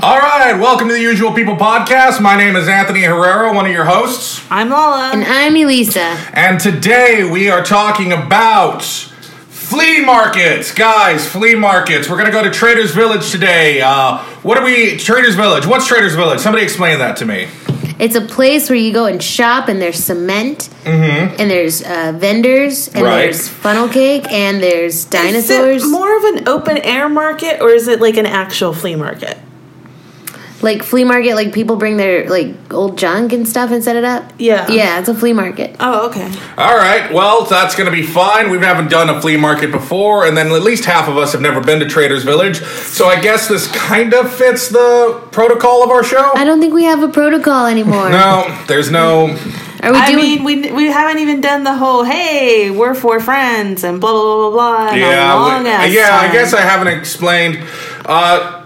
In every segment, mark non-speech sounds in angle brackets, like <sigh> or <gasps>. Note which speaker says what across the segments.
Speaker 1: right, welcome to the Usual People podcast. My name is Anthony Herrera, one of your hosts.
Speaker 2: I'm Lala.
Speaker 3: And I'm Elisa.
Speaker 1: And today we are talking about flea markets. Guys, flea markets. We're going to go to Trader's Village today. Uh, what are we, Trader's Village? What's Trader's Village? Somebody explain that to me.
Speaker 3: It's a place where you go and shop, and there's cement, and there's uh, vendors, and
Speaker 1: Mm-hmm. Right.
Speaker 3: there's funnel cake, and there's
Speaker 2: Is
Speaker 3: dinosaurs.
Speaker 2: it more of an open air market or is it like an actual flea market?
Speaker 3: like flea market, like people bring their like old junk and stuff and set it up.
Speaker 2: Yeah.
Speaker 3: yeah, it's a flea market.
Speaker 2: Oh, okay.
Speaker 1: All right, well, that's going to be fine. We haven't done a flea market before, and then at least half of us have never been to Trader's Village. So I guess this kind of fits the protocol of our show.
Speaker 3: I don't think we have a protocol anymore.
Speaker 1: No, there's no.
Speaker 3: Are we
Speaker 2: I mean,
Speaker 3: doing?
Speaker 2: we, we haven't even done the whole "Hey, we're four friends" and blah blah blah blah blah.
Speaker 1: Yeah,
Speaker 2: long
Speaker 1: we-
Speaker 2: ass
Speaker 1: yeah. I
Speaker 2: time.
Speaker 1: guess I haven't explained. Uh,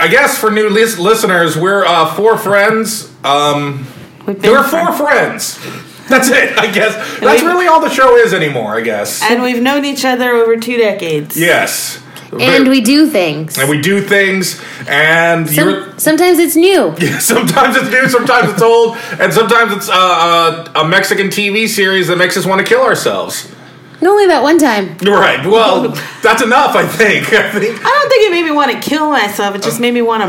Speaker 1: I guess for new lis- listeners, we're uh, four friends. Um,
Speaker 2: We've been
Speaker 1: we're
Speaker 2: friends.
Speaker 1: four friends. <laughs> That's it. I guess that's
Speaker 2: we-
Speaker 1: really all the show is anymore. I guess.
Speaker 2: and we've known each other over two decades.
Speaker 1: Yes.
Speaker 3: and we do things.
Speaker 1: and we do things, and you're. <laughs>
Speaker 3: Some, sometimes it's new.
Speaker 1: Sometimes it's new, sometimes it's old, and sometimes it's uh, uh, a Mexican TV series that makes us want to kill ourselves.
Speaker 3: No, only that one time.
Speaker 1: Right.
Speaker 2: <laughs>
Speaker 1: Well, that's enough. I think. I think.
Speaker 2: I don't think it made me want to kill myself.
Speaker 1: Uh.
Speaker 2: It just made me want to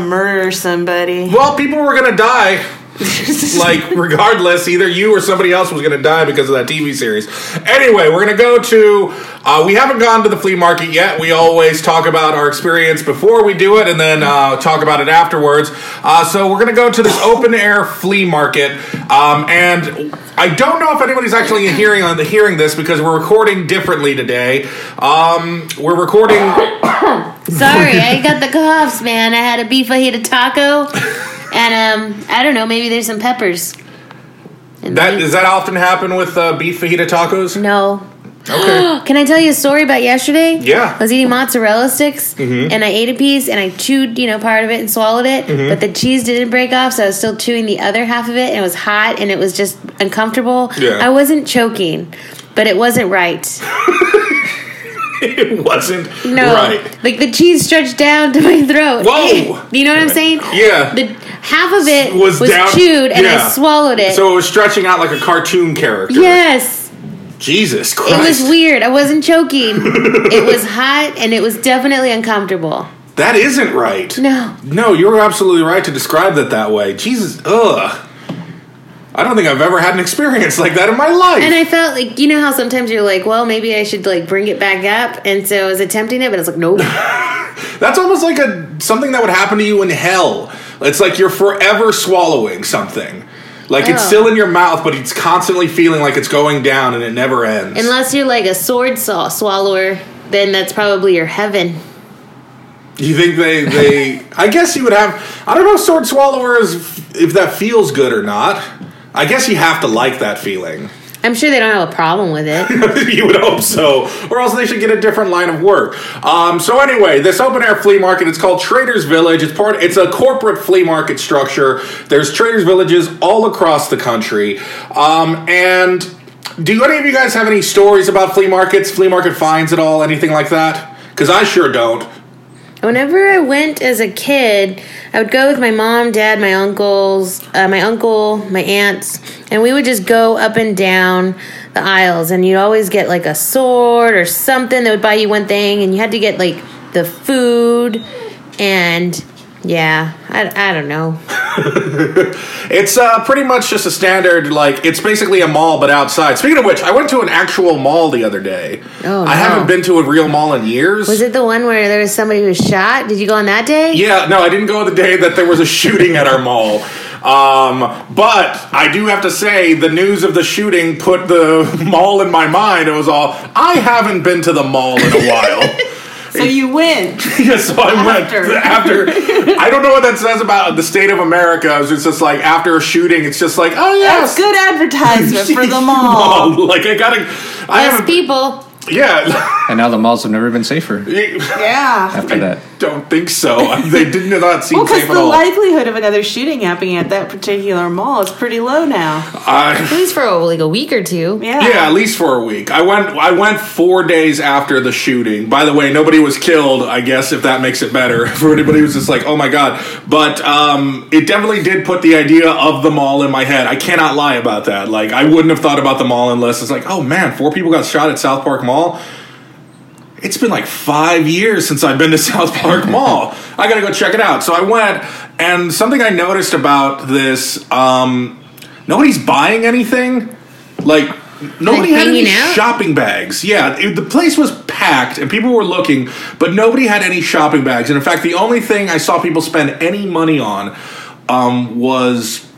Speaker 1: <laughs>
Speaker 2: murder somebody.
Speaker 1: Well, people were gonna die. <laughs> like regardless, either you or somebody else was gonna die because of that TV series. Anyway, we're gonna go to. Uh, we haven't gone to the flea market yet. We always talk about our experience before we do it, and then uh, talk about it afterwards. Uh, so we're gonna go to this open air flea market, um, and I don't know if anybody's actually hearing on the hearing this because we're recording differently today. Um, we're recording.
Speaker 3: Sorry, <laughs> I got the coughs, man. I had a beef
Speaker 1: <laughs>
Speaker 3: fajita taco, and um, I don't know. Maybe there's some peppers. And
Speaker 1: That
Speaker 3: they-
Speaker 1: does that often happen with uh, beef fajita
Speaker 3: <gasps>
Speaker 1: tacos? <laughs>
Speaker 3: No.
Speaker 1: Okay.
Speaker 3: <gasps> Can I tell you a story about yesterday?
Speaker 1: Yeah. Mm-hmm.
Speaker 3: I was eating mozzarella sticks and I ate a piece and I chewed, you know, part of it and swallowed it, but the cheese didn't break off, so I was still chewing the other half of it and it was hot and it was just uncomfortable.
Speaker 1: Yeah.
Speaker 3: I wasn't choking, but it
Speaker 1: <laughs>
Speaker 3: wasn't right.
Speaker 1: it wasn't
Speaker 3: No.
Speaker 1: right.
Speaker 3: Like the cheese stretched down to my throat.
Speaker 1: Whoa!
Speaker 3: you know what I'm saying?
Speaker 1: Yeah.
Speaker 3: The half of it
Speaker 1: Was
Speaker 3: was,
Speaker 1: down-
Speaker 3: chewed and
Speaker 1: yeah.
Speaker 3: I swallowed it.
Speaker 1: So it was stretching out like a cartoon character.
Speaker 3: yes.
Speaker 1: Jesus
Speaker 3: It
Speaker 1: Christ.
Speaker 3: was weird. I wasn't
Speaker 1: <laughs>
Speaker 3: choking. it was hot and it was definitely uncomfortable.
Speaker 1: that isn't right.
Speaker 3: No.
Speaker 1: No, you're absolutely right to describe that that way. Jesus, ugh. I don't think I've ever had an experience like that in my life.
Speaker 3: And I felt like you know how sometimes you're like, well, maybe I should like bring it back up, and so I was attempting it, but I was like, nope.
Speaker 1: That's almost like a something that would happen to you in hell. It's like you're forever swallowing something. Like it's
Speaker 3: Oh.
Speaker 1: still in your mouth, but it's constantly feeling like it's going down and it never ends.
Speaker 3: Unless you're like a sword saw swallower, then that's probably your heaven.
Speaker 1: You think they they? I guess you would have. I don't know, sword swallowers, if that feels good or not. I guess you have to like that feeling. <laughs>
Speaker 3: I'm sure they don't have a problem with it.
Speaker 1: you would hope so, or else they should get a different line of work. Um, so anyway, this open air flea market. It's called Traders Village. It's part. It's a corporate flea market structure. There's traders villages all across the country, um, and. Do any of you guys have any stories about flea markets, flea market finds at all, anything like that? Because I sure don't.
Speaker 3: Whenever I went as a kid, I would go with my mom, dad, my uncles, uh, my uncle, my aunts, and we would just go up and down the aisles, and you'd always get like a sword or something that would buy you one thing, and you had to get like the food, and yeah, I, I don't know.
Speaker 1: It's uh, pretty much just a standard, like, it's basically a mall, but outside. Speaking of which, I went to an actual mall the other day.
Speaker 3: Oh,
Speaker 1: I
Speaker 3: no.
Speaker 1: haven't been to a real mall in years.
Speaker 3: Was it the one where there was somebody who was shot? Did you go on that day?
Speaker 1: Yeah, no, I didn't go the day that there was a shooting at our mall. Um, but I do have to say, the news of the shooting put the <laughs> mall in my mind. It was all, I haven't been to the mall in a
Speaker 3: <laughs>
Speaker 1: while. <laughs>
Speaker 2: So you win.
Speaker 1: Yes, so I
Speaker 2: After.
Speaker 1: went <laughs> after. I don't know what that says about the state of America. It's just like after a shooting, it's just like, oh yes,
Speaker 2: That's good advertisement
Speaker 1: <laughs>
Speaker 2: for the mall.
Speaker 1: Mall. Like I gotta, I
Speaker 3: Yes,
Speaker 1: haven't
Speaker 3: people.
Speaker 1: Yeah.
Speaker 4: And now the malls have never been safer
Speaker 2: Yeah.
Speaker 4: after that.
Speaker 1: <laughs> don't think so. they did not seem
Speaker 2: Well, because
Speaker 1: safe at
Speaker 2: the
Speaker 1: all.
Speaker 2: likelihood of another shooting happening at that particular mall is pretty low now.
Speaker 1: I-
Speaker 3: At least for oh, like a week or two.
Speaker 2: Yeah.
Speaker 1: yeah, at least for a week. I went. I went four days after the shooting. By the way, nobody was killed. I guess if that makes it better <laughs> for anybody who's just like, oh my god. But um, it definitely did put the idea of the mall in my head. I cannot lie about that. Like I wouldn't have thought about the mall unless it's like, oh man, four people got shot at South Park Mall. it's been like five years since I've been to <laughs> South Park Mall. I gotta go check it out. So I went, and something I noticed about this, um, nobody's buying anything. Like nobody had any
Speaker 3: hanging out?
Speaker 1: shopping bags. Yeah, it- the place was packed, and people were looking, but nobody had any shopping bags. And in fact, the only thing I saw people spend any money on um, was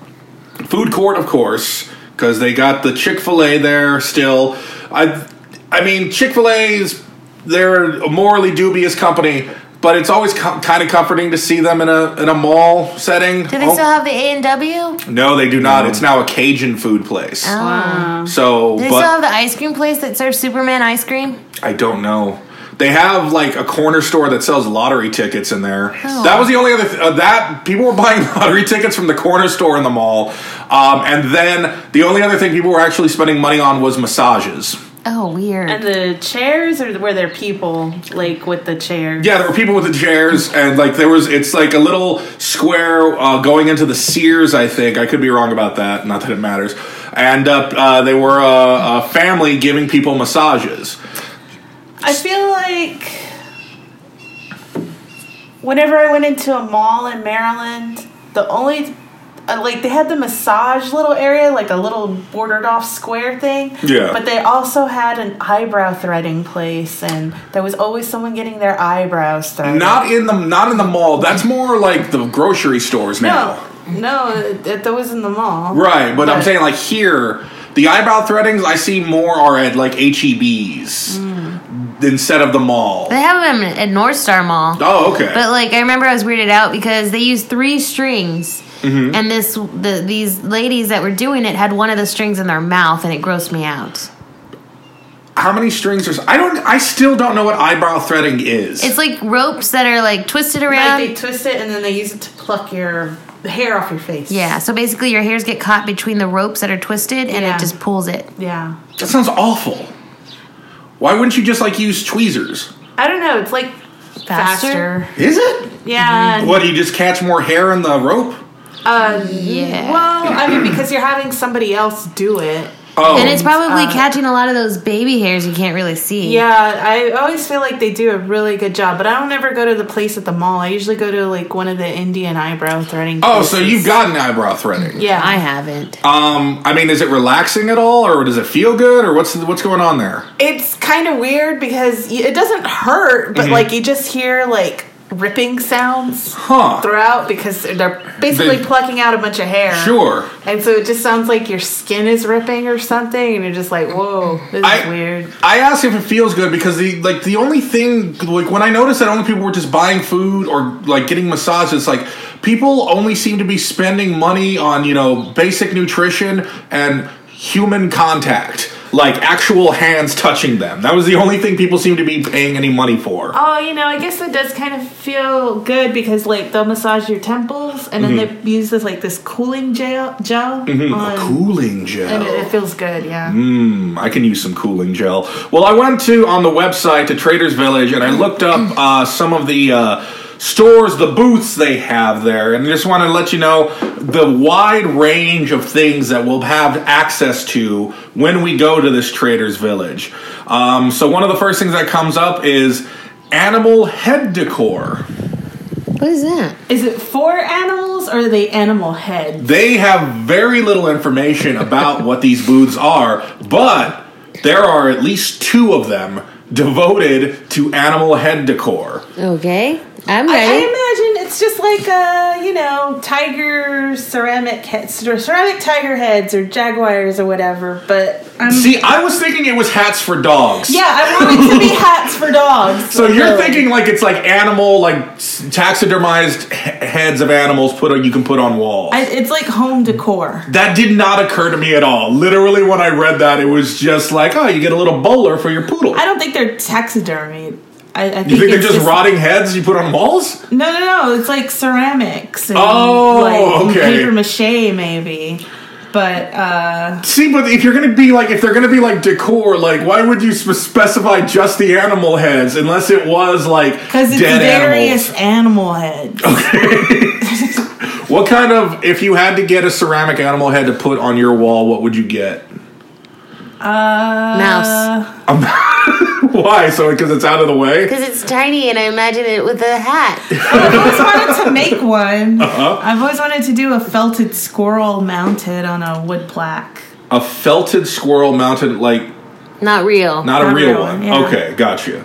Speaker 1: food court, of course, because they got the Chick Fil A there still. I, I mean, Chick Fil A's they're a morally dubious company, but it's always com- kind of comforting to see them in a in a mall setting.
Speaker 3: Do they
Speaker 1: Oh,
Speaker 3: still have the A and W? Do
Speaker 1: no, they do not. It's now a Cajun food place.
Speaker 2: Wow.
Speaker 1: So,
Speaker 3: Oh. they
Speaker 1: but
Speaker 3: still have the ice cream place that serves Superman ice cream?
Speaker 1: I don't know. They have like a corner store that sells lottery tickets in there. That was the only other th- uh, that people were <laughs> buying lottery tickets from the corner store in the mall. Um, and then the only other thing people were actually spending money on was massages.
Speaker 3: Oh, weird.
Speaker 2: And the chairs, or were there people like with the chairs?
Speaker 1: Yeah, there were people with the chairs, and like there was, it's like a little square uh, going into the Sears. I think I could be wrong about that. Not that it matters. And uh, uh, they were a, a family giving people massages.
Speaker 2: I feel like whenever I went into a mall in Maryland, the only uh, like they had the massage little area, like a little bordered off square thing.
Speaker 1: Yeah.
Speaker 2: But they also had an eyebrow threading place, and there was always someone getting their eyebrows threaded.
Speaker 1: Not in the not in the mall. That's more like the grocery stores now.
Speaker 2: no, no, it, it was in the mall.
Speaker 1: Right, but, I'm
Speaker 2: But-
Speaker 1: saying like here, the eyebrow threadings I see more are at like HEB's
Speaker 3: Hmm.
Speaker 1: instead of the mall.
Speaker 3: they have them at North Star Mall.
Speaker 1: Oh, okay.
Speaker 3: But like I remember I was weirded out because they used three strings.
Speaker 1: Mm-hmm.
Speaker 3: And this the these ladies that were doing it had one of the strings in their mouth and it grossed me out.
Speaker 1: How many strings are? I don't. I still don't know what eyebrow threading is.
Speaker 3: It's like ropes that are like twisted around.
Speaker 2: Like they twist it and then they use it to pluck your hair off your face.
Speaker 3: yeah, so basically your hairs get caught between the ropes that are twisted and
Speaker 2: Yeah.
Speaker 3: it just pulls it.
Speaker 2: Yeah.
Speaker 1: that sounds awful. Why wouldn't you just like use tweezers?
Speaker 2: I don't know. It's like
Speaker 3: Faster? Mm-hmm.
Speaker 2: faster.
Speaker 1: Is it?
Speaker 2: Yeah.
Speaker 1: What do you just catch more hair in the rope?
Speaker 2: Uh,
Speaker 3: Yeah.
Speaker 2: Well, I mean, because you're having somebody else do it.
Speaker 1: Oh,
Speaker 3: and it's probably catching a lot of those baby hairs you can't really see.
Speaker 2: Yeah, I always feel like they do a really good job, but I don't ever go to the place at the mall. I usually go to like one of the Indian eyebrow threading.
Speaker 1: oh, so
Speaker 2: places.
Speaker 1: you've gotten eyebrow threading.
Speaker 2: Yeah,
Speaker 3: I haven't.
Speaker 1: Um, I mean, is it relaxing at all, or does it feel good, or what's what's going on there?
Speaker 2: it's kind of weird because y- it doesn't hurt,
Speaker 1: Mm-hmm.
Speaker 2: but like you just hear like ripping sounds
Speaker 1: Huh?
Speaker 2: throughout because they're basically
Speaker 1: They-
Speaker 2: plucking out a bunch of hair.
Speaker 1: Sure.
Speaker 2: And so it just sounds like your skin is ripping or something, and you're just like, "Whoa, this is
Speaker 1: I,
Speaker 2: weird."
Speaker 1: I asked if it feels good because the like the only thing like when I noticed that only people were just buying food or like getting massages, like people only seem to be spending money on you know basic nutrition and human contact, like actual hands touching them. That was the only thing people seem to be paying any money for.
Speaker 2: Oh, you know, I guess it does kind of feel good because like they'll massage your temples, and then
Speaker 1: Mm-hmm.
Speaker 2: they use this like this cooling gel gel on,
Speaker 1: Cooling Mm-hmm. gel. Mm-hmm.
Speaker 2: and it, it feels good. Yeah.
Speaker 1: I can use some cooling gel. Well, I went to on the website to Trader's Village and I looked up uh, some of the uh, stores, the booths they have there, and I just want to let you know the wide range of things that we'll have access to when we go to this Trader's Village. Um, so one of the first things that comes up is animal head decor.
Speaker 3: What is that?
Speaker 2: Is it for animals or are they animal head?
Speaker 1: They have very little information about what these booths are, but there are at least two of them devoted to animal head decor.
Speaker 3: Okay. I'm
Speaker 2: I, I
Speaker 3: ready.
Speaker 2: imagine it's just like uh, you know tiger ceramic heads or ceramic tiger heads or jaguars or whatever. But I'm
Speaker 1: See, I was thinking it was hats for dogs.
Speaker 2: yeah, I want it to be hats for dogs.
Speaker 1: So you're
Speaker 2: Really.
Speaker 1: thinking like it's like animal, like s- taxidermized he- heads of animals put on you can put on walls.
Speaker 2: I, it's like home decor.
Speaker 1: that did not occur to me at all. Literally, when I read that, it was just like, oh, you get a little bowler for your poodle.
Speaker 2: I don't think they're taxidermy. I, I think,
Speaker 1: You think they're
Speaker 2: it's
Speaker 1: just, rotting heads you put on walls?
Speaker 2: No, no, no. It's like ceramics. And
Speaker 1: Oh,
Speaker 2: like
Speaker 1: okay.
Speaker 2: Paper mache, maybe. But uh,
Speaker 1: See, but if you're gonna be like, if they're gonna be like decor, like, why would you spe- specify just the animal heads unless it was like
Speaker 2: because it's
Speaker 1: dead
Speaker 2: various
Speaker 1: animals?
Speaker 2: animal
Speaker 1: <laughs>
Speaker 2: heads.
Speaker 1: What kind of, if you had to get a ceramic animal head to put on your wall, what would you get? <laughs>
Speaker 3: Mouse.
Speaker 1: Why? So because it's out of the way.
Speaker 3: Because it's tiny and I imagine it with a hat.
Speaker 2: always wanted to make one. I've always wanted to do a felted squirrel mounted on a wood plaque.
Speaker 1: A felted squirrel mounted, like
Speaker 3: Not real.
Speaker 1: not, a real, one.
Speaker 2: yeah.
Speaker 1: Okay, gotcha.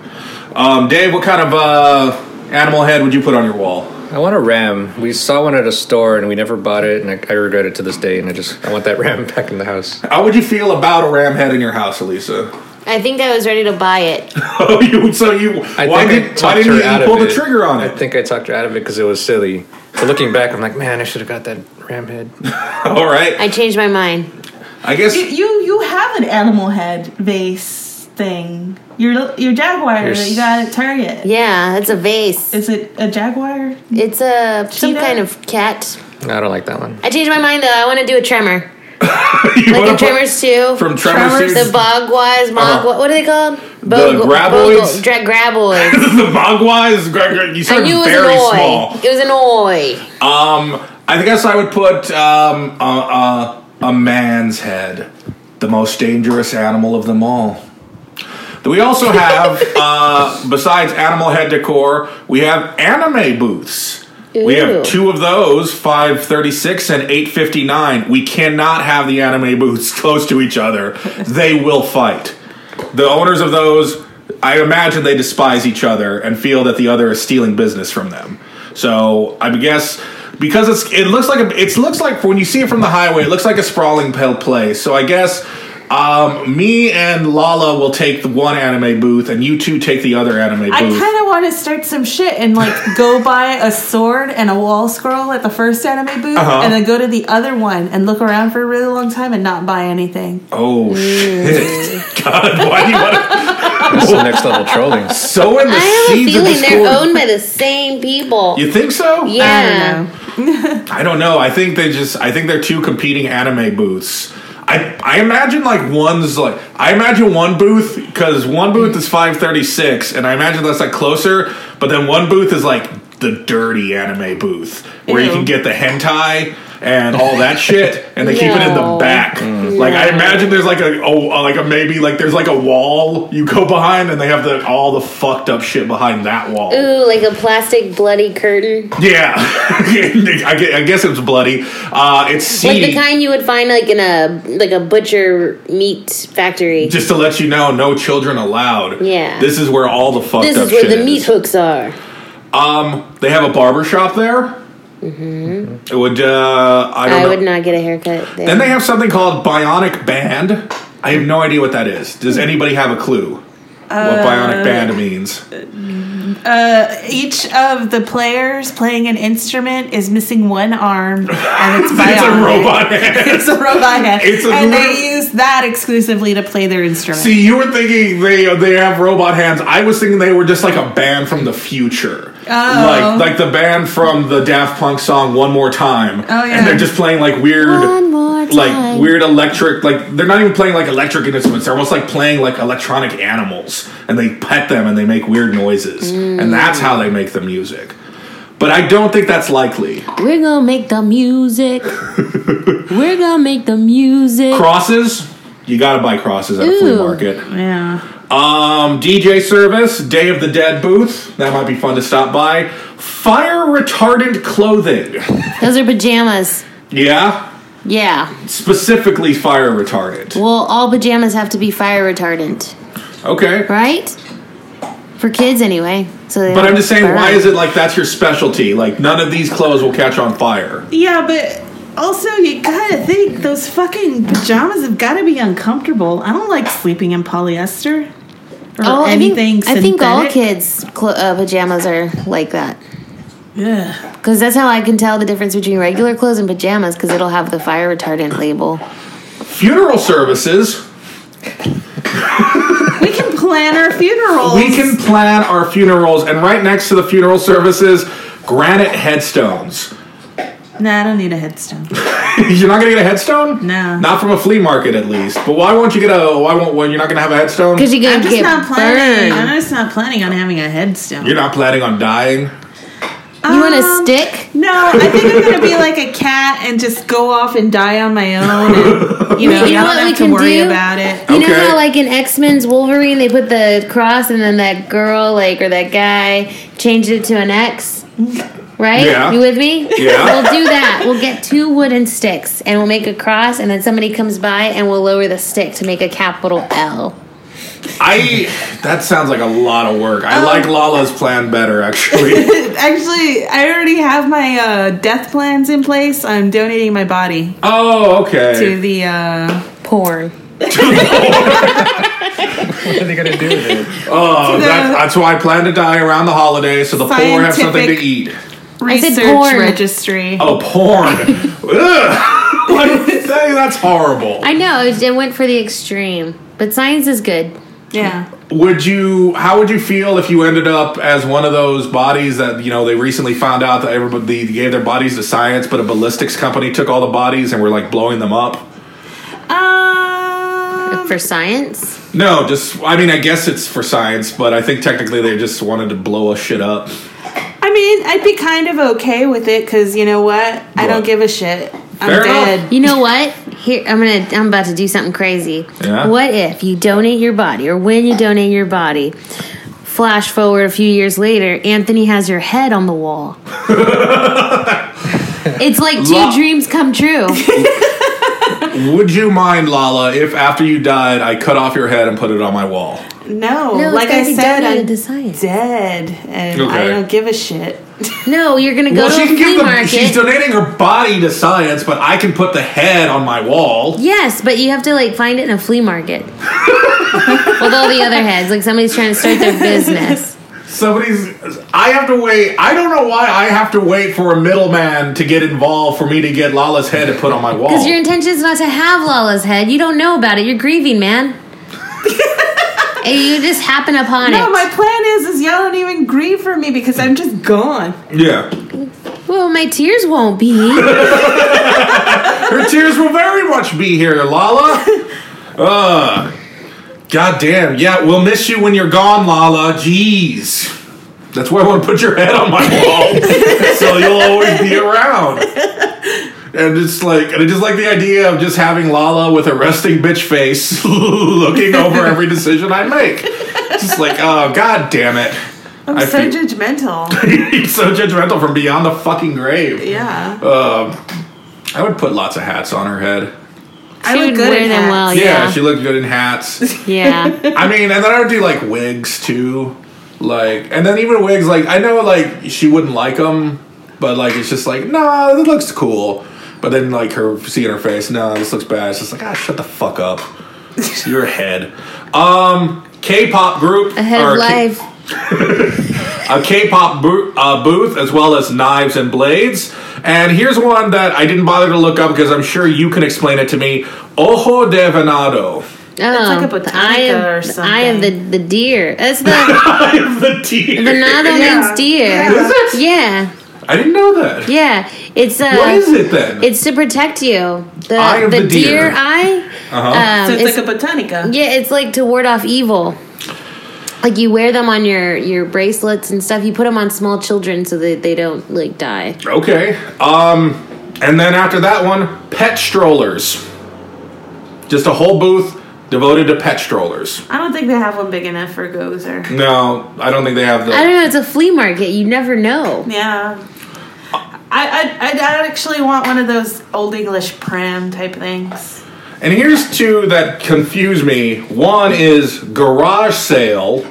Speaker 1: Um, Dave, what kind of uh, animal head would you put on your wall?
Speaker 4: I want a ram. We saw one at a store and we never bought it, and I, I regret it to this day. And I just I want that ram <laughs> back in the house.
Speaker 1: How would you feel about a ram head in your house, Elisa? <laughs>
Speaker 3: I think I was ready to buy it.
Speaker 1: Oh, you so you
Speaker 4: I
Speaker 1: why
Speaker 4: think I
Speaker 1: did why
Speaker 4: talked
Speaker 1: didn't
Speaker 4: her
Speaker 1: you
Speaker 4: out of
Speaker 1: pull the
Speaker 4: it.
Speaker 1: trigger on
Speaker 4: I
Speaker 1: it?
Speaker 4: think I talked her out of it because it was silly. But looking back, I'm like, man, I should have got that ram head.
Speaker 1: <laughs> All right,
Speaker 3: I changed my mind.
Speaker 1: I guess
Speaker 2: You you, you have an animal head vase thing. Your your jaguar
Speaker 4: Your
Speaker 2: that you got at Target.
Speaker 3: Yeah, it's a vase.
Speaker 2: Is it a jaguar?
Speaker 3: It's a some
Speaker 2: Cheetah?
Speaker 3: kind of cat.
Speaker 4: No, I don't like that one.
Speaker 3: I changed my mind though. I want to do a tremor.
Speaker 1: <laughs> you
Speaker 3: Like
Speaker 1: wanna
Speaker 3: in
Speaker 1: put
Speaker 3: Tremors 2.
Speaker 1: from Tremors to-
Speaker 3: The Bogwise, Mogwai. What are they called?
Speaker 1: Graboids?
Speaker 3: Bogle- dra-
Speaker 1: <laughs> <laughs>
Speaker 3: graboids.
Speaker 1: the mogwai is gr- gr- you
Speaker 3: I
Speaker 1: said
Speaker 3: knew it was
Speaker 1: very
Speaker 3: an oi.
Speaker 1: small.
Speaker 3: It was an oi.
Speaker 1: Um, I guess I would put um a, a a man's head, the most dangerous animal of them all. We also
Speaker 3: <laughs>
Speaker 1: have, uh, besides animal head decor, we have anime booths. We
Speaker 3: Ooh.
Speaker 1: have two of those, 536 and 859. We cannot have the anime booths <laughs> close to each other. They will fight. The owners of those, I imagine they despise each other and feel that the other is stealing business from them. So I guess because it's it looks like a, it looks like when you see it from the highway, it looks like a sprawling pale place. So I guess um, me and Lala will take the one anime booth, and you two take the other anime
Speaker 2: I kind
Speaker 1: booth.
Speaker 2: of want to start some shit and like go buy a sword and a wall scroll at the first anime booth and then go to the other one and look around for a really long time and not buy anything.
Speaker 1: oh shit! <laughs> God, why do you want
Speaker 4: That's the next level <laughs> trolling.
Speaker 1: to sow in the
Speaker 3: I have a
Speaker 1: seeds of
Speaker 3: feeling they're
Speaker 1: discord?
Speaker 3: owned by the same people.
Speaker 1: You think so?
Speaker 2: I
Speaker 3: yeah.
Speaker 2: don't know.
Speaker 1: I don't know. I think they just. I think they're two competing anime booths. I, I imagine like one's like I imagine one booth because one booth is five thirty six and I imagine that's like closer, but then one booth is like the dirty anime booth where you
Speaker 2: Ew.
Speaker 1: can get the hentai and all
Speaker 3: <laughs>
Speaker 1: that shit, and they keep it in the
Speaker 3: No.
Speaker 1: back.
Speaker 3: Mm.
Speaker 1: Like I imagine there's like a oh like a maybe like there's like a wall you go behind and they have the all the fucked up shit behind that wall.
Speaker 3: Ooh, like a plastic bloody curtain.
Speaker 1: Yeah, <laughs> I, gue- I guess it was bloody. Uh, it's
Speaker 3: Like the
Speaker 1: seedy.
Speaker 3: kind you would find like in a like a butcher meat factory.
Speaker 1: Just to let you know, no children allowed.
Speaker 3: Yeah.
Speaker 1: this is where all the fucked
Speaker 3: this
Speaker 1: up
Speaker 3: is where
Speaker 1: shit
Speaker 3: the meat
Speaker 1: is.
Speaker 3: hooks are.
Speaker 1: Um, they have a barber shop there. It would. Uh, I don't
Speaker 3: Mm-hmm. I
Speaker 1: know.
Speaker 3: would not get a haircut there.
Speaker 1: Then they have something called Bionic Band. I have no idea what that is. Does
Speaker 3: Hmm.
Speaker 1: anybody have a clue what Bionic Band means?
Speaker 2: Uh, each of the players playing an instrument is missing one
Speaker 1: <laughs>
Speaker 2: arm, and it's bionic.
Speaker 1: It's a robot. <laughs> hand.
Speaker 2: <laughs> It's a robot hand,
Speaker 1: It's a
Speaker 2: and
Speaker 1: lit-
Speaker 2: they use that exclusively to play their instrument.
Speaker 1: See, you were thinking they they have robot hands. I was thinking they were just like a band from the future,
Speaker 2: Oh.
Speaker 1: like like the band from the Daft Punk song "One More Time."
Speaker 2: Oh, yeah.
Speaker 1: and they're just playing like weird,
Speaker 3: One more
Speaker 1: like
Speaker 3: time.
Speaker 1: weird electric. Like they're not even playing like electric instruments. They're almost like playing like electronic animals, and they pet them and they make weird noises,
Speaker 3: Mm.
Speaker 1: and that's how they make the music. But I don't think that's likely.
Speaker 3: We're gonna make the
Speaker 1: <laughs>
Speaker 3: music. We're gonna make the music.
Speaker 1: Crosses, you gotta buy crosses at a flea
Speaker 3: Ooh.
Speaker 1: market.
Speaker 2: yeah,
Speaker 1: Um, DJ service, Day of the Dead booth. That might be fun to stop by. Fire retardant clothing.
Speaker 3: Those are pajamas.
Speaker 1: Yeah,
Speaker 3: Yeah.
Speaker 1: specifically fire retardant.
Speaker 3: Well, all pajamas have to be fire retardant,
Speaker 1: Okay,
Speaker 3: right? For kids, anyway. So. They
Speaker 1: but I'm just saying, why is it like that's your specialty? Like none of these clothes will catch on fire.
Speaker 2: yeah, but also you gotta think those fucking pajamas have got to be uncomfortable. I don't like sleeping in polyester or
Speaker 3: Oh,
Speaker 2: anything.
Speaker 3: I think, I think all
Speaker 2: synthetic.
Speaker 3: kids' cl- uh, pajamas are like that.
Speaker 2: Yeah.
Speaker 3: Because that's how I can tell the difference between regular clothes and pajamas, because it'll have the fire retardant label.
Speaker 1: Funeral services.
Speaker 2: We can plan our funerals.
Speaker 1: We can plan our funerals, and right next to the funeral services, granite headstones. <laughs>
Speaker 2: Nah, I don't need a headstone.
Speaker 1: You're not gonna get a headstone?
Speaker 2: No.
Speaker 1: Not from a flea market, at least. But why won't you get a? Why won't? Well, you're not gonna have a headstone.
Speaker 3: Because you're
Speaker 2: I'm
Speaker 3: gonna
Speaker 2: just
Speaker 3: get
Speaker 2: not planning.
Speaker 3: burned.
Speaker 2: I'm just not planning on having a headstone.
Speaker 1: You're not planning on dying.
Speaker 3: You want
Speaker 2: Um,
Speaker 3: a stick?
Speaker 2: No, I think I'm gonna be like a cat and just go off and die on my own. And, you know,
Speaker 3: <laughs> You
Speaker 2: y'all
Speaker 3: know what
Speaker 2: don't
Speaker 3: we
Speaker 2: have to
Speaker 3: can
Speaker 2: worry
Speaker 3: do?
Speaker 2: about it.
Speaker 3: You know
Speaker 1: Okay.
Speaker 3: how, like in X Men's Wolverine, they put the cross and then that girl, like, or that guy changed it to an X? Right?
Speaker 1: Yeah.
Speaker 3: You with me?
Speaker 1: Yeah.
Speaker 3: We'll do that. We'll get two wooden sticks and we'll make a cross, and then somebody comes by and we'll lower the stick to make a capital L.
Speaker 1: I. <laughs> That sounds like a lot of work. I like
Speaker 2: Um,
Speaker 1: Lala's plan better,
Speaker 2: <laughs>
Speaker 1: actually.
Speaker 2: Actually, I already have my uh, death plans in place. I'm donating my body
Speaker 1: oh, okay.
Speaker 2: to the. Uh,
Speaker 3: Porn.
Speaker 4: What are they gonna do with it?
Speaker 1: Oh,
Speaker 2: the-
Speaker 1: that, that's why I plan to die around the holidays, so the poor have something to
Speaker 2: Scientific-
Speaker 1: eat.
Speaker 3: said
Speaker 2: Research
Speaker 3: porn.
Speaker 2: registry.
Speaker 1: Oh, porn.
Speaker 2: <laughs>
Speaker 1: Ugh. Like, dang, that's horrible.
Speaker 3: I know, it it went for the extreme, but science is good.
Speaker 2: Yeah.
Speaker 1: Would you? How would you feel if you ended up as one of those bodies that you know they recently found out that everybody they gave their bodies to science, but a ballistics company took all the bodies and were like blowing them up?
Speaker 2: Um,
Speaker 3: For science?
Speaker 1: No, just I mean I guess it's for science, but I think technically they just wanted to blow us shit up.
Speaker 2: I mean, I'd be kind of okay with it because you know what? I
Speaker 1: What?
Speaker 2: don't give a shit. I'm
Speaker 1: Fair enough.
Speaker 2: dead.
Speaker 3: You know what? Here, I'm gonna. I'm about to do something crazy.
Speaker 1: Yeah?
Speaker 3: What if you donate your body, or when you donate your body? Flash forward a few years later, Anthony has your head on
Speaker 1: <laughs>
Speaker 3: the wall. it's like two
Speaker 1: Lo-
Speaker 3: dreams come
Speaker 1: <laughs>
Speaker 3: true.
Speaker 1: Would you mind, Lala, if after you died I cut off your head and put it on my wall?
Speaker 2: No,
Speaker 3: No, it's
Speaker 2: like
Speaker 3: gotta
Speaker 2: I
Speaker 3: be
Speaker 2: said,
Speaker 3: donated
Speaker 2: I'm
Speaker 3: to science.
Speaker 2: dead, and I
Speaker 1: Okay.
Speaker 2: don't give a shit.
Speaker 3: No, you're gonna go
Speaker 1: well, she
Speaker 3: to
Speaker 1: can
Speaker 3: a flea
Speaker 1: give the,
Speaker 3: market.
Speaker 1: She's donating her body to science, but I can put the head on my wall.
Speaker 3: yes, but you have to like find it in a
Speaker 1: <laughs>
Speaker 3: flea market with all the other heads. Like somebody's trying to start
Speaker 1: <laughs>
Speaker 3: their business.
Speaker 1: Somebody's. I have to wait. I don't know why I have to wait for a middleman to get involved for me to get Lala's head to put on my
Speaker 3: <laughs>
Speaker 1: wall.
Speaker 2: Oh.
Speaker 3: Because your intention is not to have Lala's head. You don't know about it. You're grieving,
Speaker 2: <laughs>
Speaker 3: man. And you just happen upon
Speaker 2: No,
Speaker 3: it.
Speaker 2: my plan is is y'all don't even grieve for me because I'm just gone.
Speaker 1: yeah.
Speaker 3: well, my tears won't
Speaker 2: <laughs>
Speaker 3: be.
Speaker 1: Her tears will very much be here, Lala. Ugh. God damn. Yeah, we'll miss you when you're gone, Lala. Jeez. That's why I want to put your head on my wall. so you'll always be around. And it's like, and I just like the idea of just having Lala with a resting bitch face <laughs> looking over every decision I make. Just like, oh, god damn it.
Speaker 2: I'm
Speaker 1: I
Speaker 2: so
Speaker 1: feel-
Speaker 2: judgmental.
Speaker 1: You're <laughs> so judgmental from beyond the fucking grave.
Speaker 2: Yeah,
Speaker 1: I would put lots of hats on her head.
Speaker 2: I
Speaker 3: She
Speaker 2: look
Speaker 3: would
Speaker 2: good
Speaker 3: wear
Speaker 2: in
Speaker 3: them
Speaker 2: hats.
Speaker 3: well.
Speaker 1: Yeah,
Speaker 3: Yeah.
Speaker 1: she looked good in hats.
Speaker 3: Yeah.
Speaker 1: I mean, and then I would do like wigs too, like, and then even wigs. Like, I know like she wouldn't like them, but like it's just like, nah, that looks cool. But then like her seeing her face, nah, this looks bad. It's just like, ah, shut the fuck up.
Speaker 3: <laughs>
Speaker 1: You're a head. Um, K-pop group
Speaker 3: A head of
Speaker 1: or K-
Speaker 3: life.
Speaker 1: a K-pop bo- uh, booth as well as knives and blades. And here's one that I didn't bother to look up because I'm sure you can explain it to me. Ojo de venado.
Speaker 3: Oh,
Speaker 2: like a
Speaker 3: the eye
Speaker 2: botanica or
Speaker 3: of, the eye of the, the deer.
Speaker 2: <laughs>
Speaker 3: That's the
Speaker 1: I am the deer.
Speaker 3: venado
Speaker 2: Yeah.
Speaker 3: means deer.
Speaker 1: Is it?
Speaker 3: Yeah.
Speaker 1: I didn't know that.
Speaker 3: Yeah. It's uh
Speaker 1: What is it then?
Speaker 3: it's to protect you. The
Speaker 1: Eye of
Speaker 3: the,
Speaker 1: the deer.
Speaker 3: deer.
Speaker 1: Uh-huh.
Speaker 3: eye. Um,
Speaker 2: So it's, like
Speaker 3: it's-
Speaker 2: a botanica.
Speaker 3: Yeah, it's like to ward off evil. Like you wear them on your your bracelets and stuff. You put them on small children so that they don't like die.
Speaker 1: okay. Um, and then after that one, pet strollers. Just a whole booth devoted to pet strollers.
Speaker 2: I don't think they have one big enough for Gozer.
Speaker 1: No, I don't think they have the.
Speaker 3: I don't know. It's a flea market. You never know.
Speaker 2: Yeah. I, I, I actually want one of those old English pram type things.
Speaker 1: and here's two that confuse me. One is garage sale.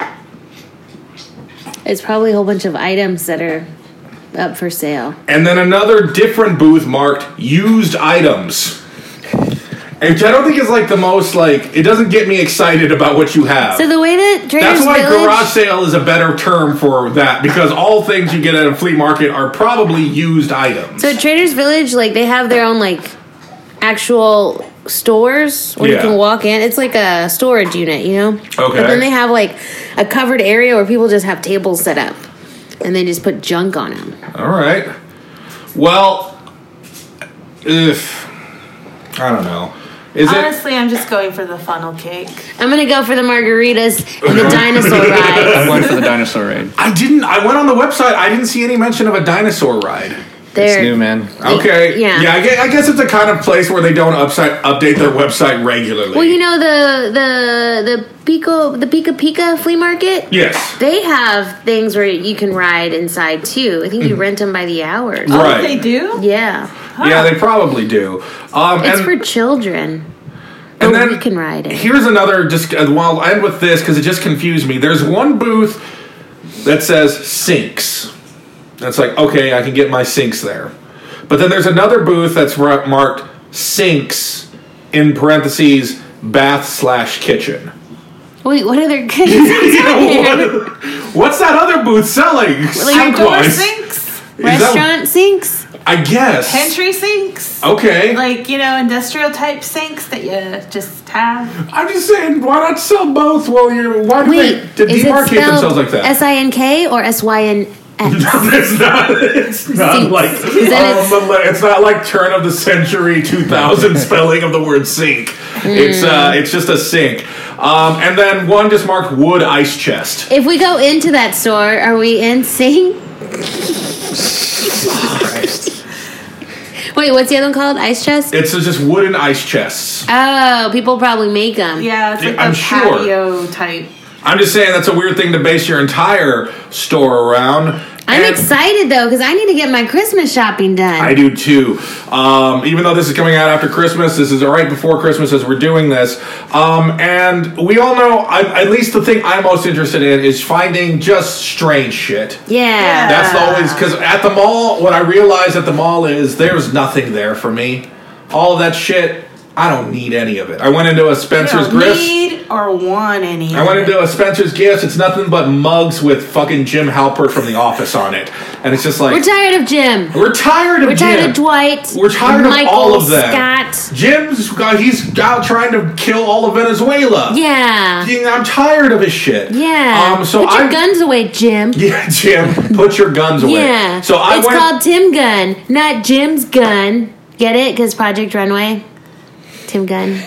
Speaker 3: It's probably a whole bunch of items that are up for sale.
Speaker 1: and then another different booth marked used items. And Which I don't think is like the most like it doesn't get me excited about what you have.
Speaker 3: So the way that Trader's
Speaker 1: That's why
Speaker 3: Village,
Speaker 1: garage sale is a better term for that because all things you get at a flea market are probably used items.
Speaker 3: so Trader's Village, like they have their own like actual stores where
Speaker 1: Yeah.
Speaker 3: you can walk in. It's like a storage unit, you know.
Speaker 1: Okay.
Speaker 3: But then they have like a covered area where people just have tables set up, and they just put junk on them.
Speaker 1: All right. Well, if I don't know, is it?
Speaker 2: Honestly, I'm just going for the funnel cake.
Speaker 3: I'm gonna go for the margaritas and the dinosaur rides.
Speaker 4: I went for the dinosaur raid.
Speaker 1: I didn't. I went on the website. I didn't see any mention of a dinosaur ride.
Speaker 4: It's
Speaker 3: They're-
Speaker 4: new, man.
Speaker 1: Okay.
Speaker 3: Yeah.
Speaker 1: Yeah. I guess, I guess it's the kind of place where they don't upside, update their website regularly.
Speaker 3: Well, you know the the the Pico the Pika Pika flea market.
Speaker 1: yes.
Speaker 3: They have things where you can ride inside too. I think
Speaker 1: Mm.
Speaker 3: you rent them by the hour.
Speaker 1: Right.
Speaker 2: Oh, they do?
Speaker 3: Yeah,
Speaker 1: Yeah, they probably do. Um,
Speaker 3: it's
Speaker 1: and,
Speaker 3: for children.
Speaker 1: and
Speaker 3: Or
Speaker 1: then
Speaker 3: we can ride it.
Speaker 1: Here's another. Just uh, well, I'll end with this because it just confused me. There's one booth that says sinks. That's like okay, I can get my sinks there. But then there's another booth that's ra- marked sinks in parentheses bath slash kitchen. <laughs>
Speaker 3: Wait, what other kids?
Speaker 1: What's that other booth selling? Sink
Speaker 2: Outdoor
Speaker 1: wise?
Speaker 2: sinks?
Speaker 3: Restaurant sinks.
Speaker 1: I guess.
Speaker 2: Pantry sinks?
Speaker 1: Okay.
Speaker 2: Like, you know, industrial type sinks that you just have.
Speaker 1: I'm just saying, why not sell both while you're. Why do
Speaker 3: Wait,
Speaker 1: they to
Speaker 3: is it
Speaker 1: demarcate themselves
Speaker 3: spelled
Speaker 1: like that?
Speaker 3: S I N K or S Y N
Speaker 1: <laughs>
Speaker 3: X?
Speaker 1: it's not. It's not
Speaker 3: Sinks.
Speaker 1: like.
Speaker 3: Is that
Speaker 1: um, it's not like turn of the <laughs> century 2000 spelling of the word sink. It's uh, it's just a sink. Um, and then one just marked wood ice chest.
Speaker 3: If we go into that store, are we in sync? Wait, what's the other one called? Ice chest?
Speaker 1: It's just wooden ice chests.
Speaker 3: Oh, people probably make them.
Speaker 2: Yeah, it's like
Speaker 1: I'm
Speaker 2: a
Speaker 1: sure.
Speaker 2: patio type.
Speaker 1: I'm just saying that's a weird thing to base your entire store around.
Speaker 3: I'm
Speaker 1: And-
Speaker 3: excited though because I need to get my Christmas shopping done.
Speaker 1: I do too. Um, even though this is coming out after Christmas, this is right before Christmas as we're doing this. Um, and we all know, I, at least the thing I'm most interested in is finding just strange shit.
Speaker 3: yeah.
Speaker 1: That's always because at the mall, what I realize at the mall is there's nothing there for me. All that shit, I don't need any of it. I went into a
Speaker 2: You
Speaker 1: Spencer's
Speaker 2: don't
Speaker 1: Gifts.
Speaker 2: need or want any.
Speaker 1: I went into a Spencer's Gifts. It's nothing but mugs with fucking Jim Halpert from The Office on it, and it's just like
Speaker 3: We're tired of Jim.
Speaker 1: we're tired of
Speaker 3: We're tired
Speaker 1: Jim.
Speaker 3: of Dwight.
Speaker 1: We're tired of
Speaker 3: Michael,
Speaker 1: all of them.
Speaker 3: Scott.
Speaker 1: Jim's got, he's out trying to kill all of Venezuela.
Speaker 3: Yeah.
Speaker 1: Ding, I'm tired of his shit.
Speaker 3: Yeah.
Speaker 1: Um. So
Speaker 3: Put your
Speaker 1: I.
Speaker 3: guns away, Jim.
Speaker 1: <laughs> yeah, Jim, put your guns away.
Speaker 3: Yeah.
Speaker 1: So I
Speaker 3: it's
Speaker 1: went.
Speaker 3: called Tim Gun, not Jim's Gun. Get it? Because Project Runway. Tim Gun.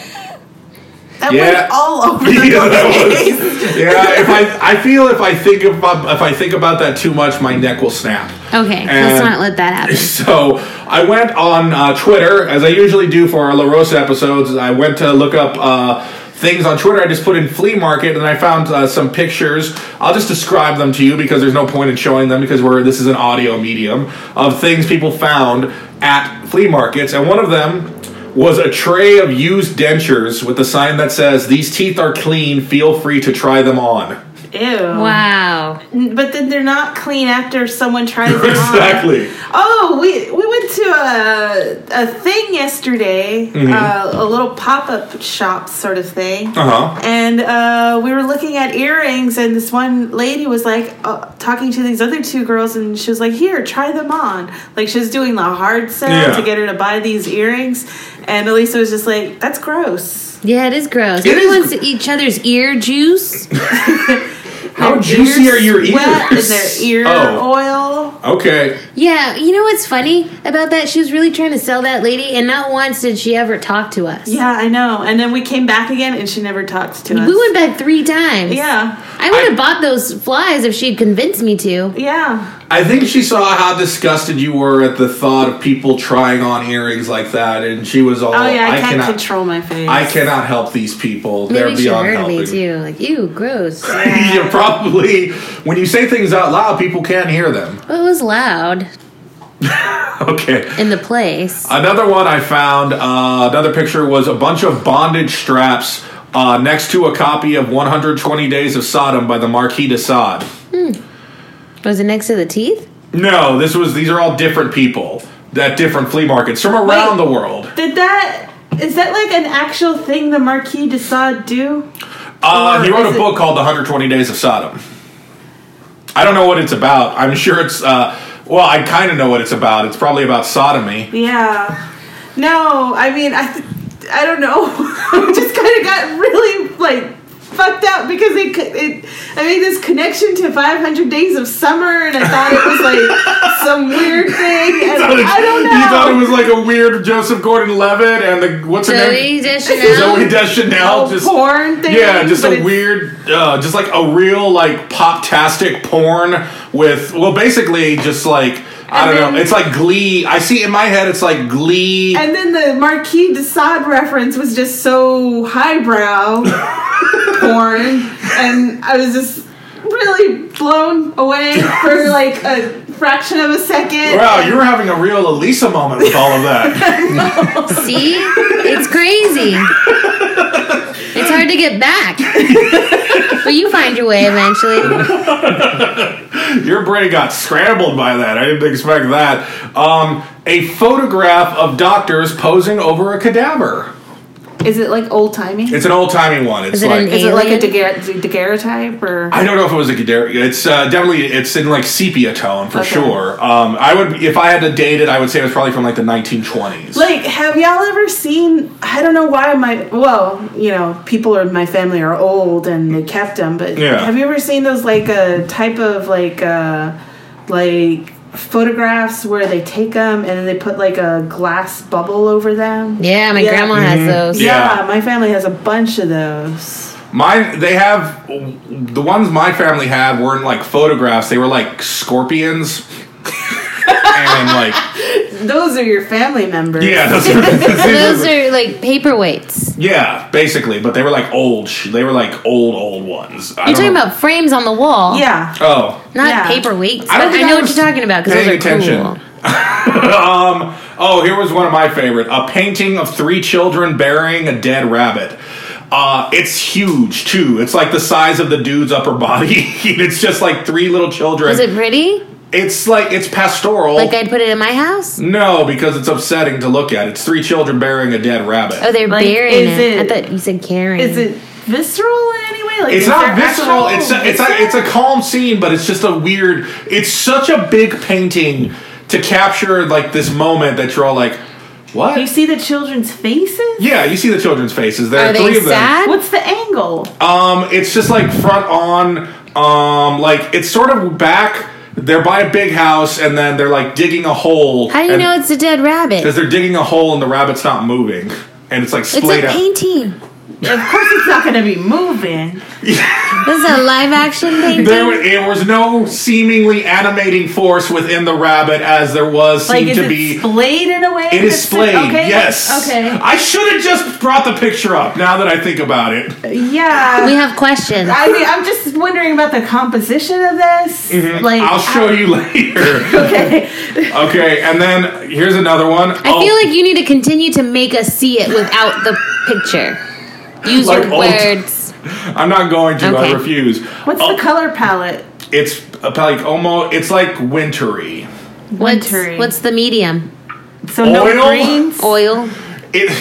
Speaker 2: that
Speaker 1: Yeah.
Speaker 2: went
Speaker 1: <laughs>
Speaker 2: all over the
Speaker 1: yeah, that
Speaker 2: place.
Speaker 1: was, yeah. If I, I feel if I think about if I think about that too much, my neck will snap.
Speaker 3: Okay,
Speaker 1: And-
Speaker 3: let's not let that
Speaker 1: <laughs>
Speaker 3: happen.
Speaker 1: So I went on uh, Twitter, as I usually do for our La Rosa episodes. I went to look up uh, things on Twitter. I just put in flea market, and I found uh, some pictures. I'll just describe them to you because there's no point in showing them because we're this is an audio medium of things people found at flea markets, and one of them was a tray of used dentures with a sign that says "These teeth are clean. Feel free to try them on." <laughs>
Speaker 2: Ew.
Speaker 3: Wow.
Speaker 2: But then they're not clean after someone tries
Speaker 1: <laughs>
Speaker 2: it on.
Speaker 1: exactly.
Speaker 2: Oh, we we went to a a thing yesterday,
Speaker 1: Mm-hmm.
Speaker 2: uh, a little pop up shop sort of thing,
Speaker 1: Uh huh.
Speaker 2: and uh, we were looking at earrings, and this one lady was like uh, talking to these other two girls, and she was like, "Here, try them on." Like she was doing the hard sell
Speaker 1: Yeah.
Speaker 2: to get her to buy these earrings, and Elisa was just like, "That's gross."
Speaker 3: Yeah, it is gross.
Speaker 1: It
Speaker 3: Everyone's
Speaker 1: is
Speaker 3: each other's ear juice.
Speaker 1: How
Speaker 2: Their
Speaker 1: juicy
Speaker 2: ears
Speaker 1: are your ears?
Speaker 2: Wet, and their ear
Speaker 1: Oh,
Speaker 2: oil.
Speaker 1: okay.
Speaker 3: yeah, you know what's funny about that? She was really trying to sell that lady, and not once did she ever talk to us.
Speaker 2: Yeah, I know. And then we came back again, and she never talked to us.
Speaker 3: We went back three times.
Speaker 2: yeah,
Speaker 3: I would
Speaker 1: I-
Speaker 3: have bought those flies if she had convinced me to.
Speaker 2: yeah.
Speaker 1: I think she saw how disgusted you were at the thought of people trying on earrings like that, and she was all,
Speaker 2: Oh yeah, I, can't
Speaker 1: cannot,
Speaker 2: control my face.
Speaker 1: I cannot help these people. They're
Speaker 3: Maybe she
Speaker 1: beyond
Speaker 3: heard
Speaker 1: helping."
Speaker 3: me
Speaker 1: <laughs>
Speaker 3: too. Like, ew, gross.
Speaker 1: you probably, when you say things out loud, people can't hear them. <laughs>
Speaker 3: Well, it was loud
Speaker 1: Okay.
Speaker 3: in the place.
Speaker 1: Another one I found, uh, another picture was a bunch of bondage straps uh, next to a copy of 120 Days of Sodom by the Marquis de Sade.
Speaker 3: Was it next to the teeth?
Speaker 1: No, this was, these are all different people at different flea markets from around
Speaker 2: Wait.
Speaker 1: the world.
Speaker 2: Did that? Is that like an actual thing the Marquis de Sade do?
Speaker 1: Uh,
Speaker 2: Or
Speaker 1: he wrote
Speaker 2: is
Speaker 1: a
Speaker 2: it-
Speaker 1: book called The 120 Days of Sodom. I don't know what it's about. I'm sure it's, uh, well, I kind of know what it's about. It's probably about sodomy.
Speaker 2: Yeah. No, I mean, I th- I don't know. <laughs> just kind of got really like fucked up because it, co- it I made this connection to 500 Days of Summer and I thought it was like some weird
Speaker 1: <laughs>
Speaker 2: thing. And I don't know.
Speaker 1: You thought it was like a weird Joseph Gordon-Levitt and the what's her
Speaker 3: Zoe
Speaker 1: name? <laughs>
Speaker 3: Deschanel.
Speaker 1: Zoe Deschanel.
Speaker 2: a
Speaker 1: just
Speaker 2: Oh, porn thing.
Speaker 1: yeah, just
Speaker 2: but
Speaker 1: a
Speaker 2: it's-
Speaker 1: weird, uh, just like a real like pop-tastic porn with well, basically just like. I
Speaker 2: And
Speaker 1: don't know.
Speaker 2: then-
Speaker 1: It's like Glee. I see in my head. It's like Glee.
Speaker 2: And then the Marquis de Sade reference was just so highbrow
Speaker 1: <laughs>
Speaker 2: porn, and I was just really blown away for like a fraction of a second.
Speaker 1: wow, you were having a real Elisa moment with all of
Speaker 2: <laughs>
Speaker 1: that.
Speaker 3: See? It's crazy. It's hard to get back. but you find your way eventually.
Speaker 1: Your brain got scrambled by that. I didn't expect that. Um, a photograph of doctors posing over a cadaver.
Speaker 2: Is it like old timey? Is
Speaker 1: It's an old timey one. It's
Speaker 3: Is it
Speaker 1: like
Speaker 3: an
Speaker 2: it like a
Speaker 3: Alien?
Speaker 2: daguerre- daguerreotype or?
Speaker 1: I don't know if it was a Gadara. It's uh, definitely it's in like sepia tone for
Speaker 2: Okay.
Speaker 1: sure. Um, I would if I had to date it, I would say it was probably from like the 1920s.
Speaker 2: Like, have y'all ever seen? I don't know why my well, you know, people in my family are old and they kept them, but
Speaker 1: Yeah.
Speaker 2: have you ever seen those like a type of like uh like photographs where they take them and then they put like a glass bubble over them?
Speaker 3: Yeah, my
Speaker 2: Yeah.
Speaker 3: grandma
Speaker 1: Mm-hmm.
Speaker 3: has those.
Speaker 1: Yeah.
Speaker 2: Yeah, my family has a bunch of those.
Speaker 1: Mine, they have the ones my family had weren't like photographs. They were like scorpions. <laughs> and like
Speaker 2: Those are your family members.
Speaker 1: yeah,
Speaker 3: <laughs>
Speaker 1: those are,
Speaker 3: Those are like paperweights.
Speaker 1: yeah, basically. But they were like old. sh- They were like old old ones. I
Speaker 3: You're
Speaker 1: don't
Speaker 3: talking
Speaker 1: know-
Speaker 3: about frames on the wall.
Speaker 2: Yeah.
Speaker 1: oh
Speaker 3: Not
Speaker 2: Yeah.
Speaker 3: paperweights.
Speaker 1: I don't
Speaker 3: but I
Speaker 1: think I
Speaker 3: know what
Speaker 1: was
Speaker 3: you're talking about because
Speaker 1: paying
Speaker 3: those are cool.
Speaker 1: attention. Um, oh, here was one of my favorite: a painting of three children burying a dead rabbit. Uh, it's huge too. It's like the size of the dude's upper body. <laughs> it's just like three little children.
Speaker 3: Was it pretty?
Speaker 1: it's like it's pastoral.
Speaker 3: Like I'd put it in my house?
Speaker 1: no, because it's upsetting to look at. It's three children burying a dead rabbit.
Speaker 3: Oh, they're
Speaker 2: Like,
Speaker 3: burying
Speaker 2: is
Speaker 3: it.
Speaker 2: it-
Speaker 3: I thought you said carrying.
Speaker 2: Is it visceral in any way? Like,
Speaker 1: it's
Speaker 2: is
Speaker 1: not
Speaker 2: there
Speaker 1: visceral.
Speaker 2: actual
Speaker 1: It's a, it's a, it's a calm scene, but it's just a weird. It's such a big painting to capture like this moment that you're all like, what?
Speaker 2: You see the children's faces?
Speaker 1: yeah, you see the children's faces. There are,
Speaker 3: Are
Speaker 1: three
Speaker 3: they
Speaker 1: of them.
Speaker 3: sad?
Speaker 2: What's the angle?
Speaker 1: Um, it's just like front on. Um, like it's sort of back. They're by a big house, and then they're like digging a hole.
Speaker 3: How do you know it's a dead rabbit?
Speaker 1: Because they're digging a hole, and the rabbit's not moving, and it's like
Speaker 3: It's
Speaker 1: splayed
Speaker 3: a
Speaker 1: out.
Speaker 3: painting.
Speaker 2: Of course, it's not going to be moving.
Speaker 3: This is a live action painting.
Speaker 1: There, wa- it was no seemingly animating force within the rabbit, as there was
Speaker 2: Like,
Speaker 1: seemed
Speaker 2: is
Speaker 1: to
Speaker 2: it
Speaker 1: be.
Speaker 2: splayed in a way?
Speaker 1: It is
Speaker 2: that's-
Speaker 1: splayed.
Speaker 2: Okay.
Speaker 1: Yes. Uh,
Speaker 2: Okay.
Speaker 1: I should have just brought the picture up. Now that I think about it.
Speaker 2: Yeah.
Speaker 3: we have questions.
Speaker 2: I mean, I'm just wondering about the composition of this. Like,
Speaker 1: Mm-hmm. I'll show you <laughs> later.
Speaker 2: Okay.
Speaker 1: okay, and then here's another one. Oh,
Speaker 3: I feel like you need to continue to make us see it without the picture. Use
Speaker 1: Like
Speaker 3: your
Speaker 1: old-
Speaker 3: words.
Speaker 1: I'm not going to. I
Speaker 3: Okay.
Speaker 1: refuse.
Speaker 2: What's
Speaker 1: Oh,
Speaker 2: the color palette?
Speaker 1: It's uh, like almost. It's like wintry.
Speaker 3: What's,
Speaker 2: Wintry.
Speaker 3: what's the medium?
Speaker 2: So no
Speaker 1: Oil?
Speaker 2: greens.
Speaker 3: Oil.
Speaker 1: It.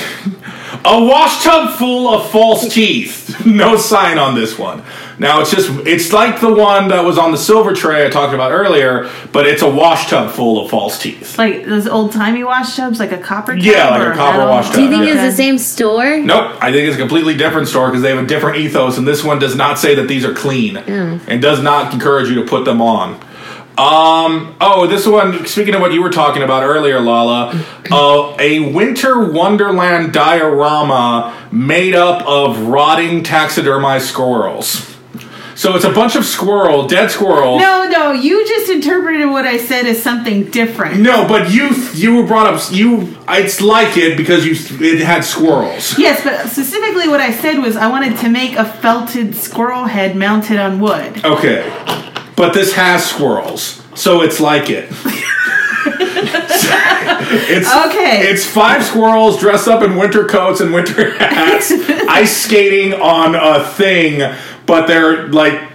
Speaker 1: A washtub full of false teeth. <laughs> No sign on this one. Now it's just it's like the one that was on the silver tray I talked about earlier, but it's a washtub full of false teeth.
Speaker 2: Like those old timey wash tubs, like a copper. tub
Speaker 1: Yeah, like
Speaker 2: or
Speaker 1: a copper
Speaker 2: metal?
Speaker 1: wash tub,
Speaker 3: Do you think
Speaker 1: Yeah.
Speaker 3: it's the same store?
Speaker 1: Nope, I think it's a completely different store because they have a different ethos, and this one does not say that these are clean and does not encourage you to put them on. Um, oh, this one, speaking of what you were talking about earlier, Lala, uh, a winter wonderland diorama made up of rotting taxidermized squirrels. So it's a bunch of squirrel, dead squirrels.
Speaker 2: No, no. You just interpreted what I said as something different.
Speaker 1: No, but you you were brought up you it's like it because you it had squirrels.
Speaker 2: Yes, but specifically what I said was I wanted to make a felted squirrel head mounted on wood.
Speaker 1: Okay. But this has squirrels, so it's like it.
Speaker 3: <laughs>
Speaker 1: it's
Speaker 2: Okay.
Speaker 1: It's five squirrels dressed up in winter coats and winter <laughs> hats, ice skating on a thing, but they're like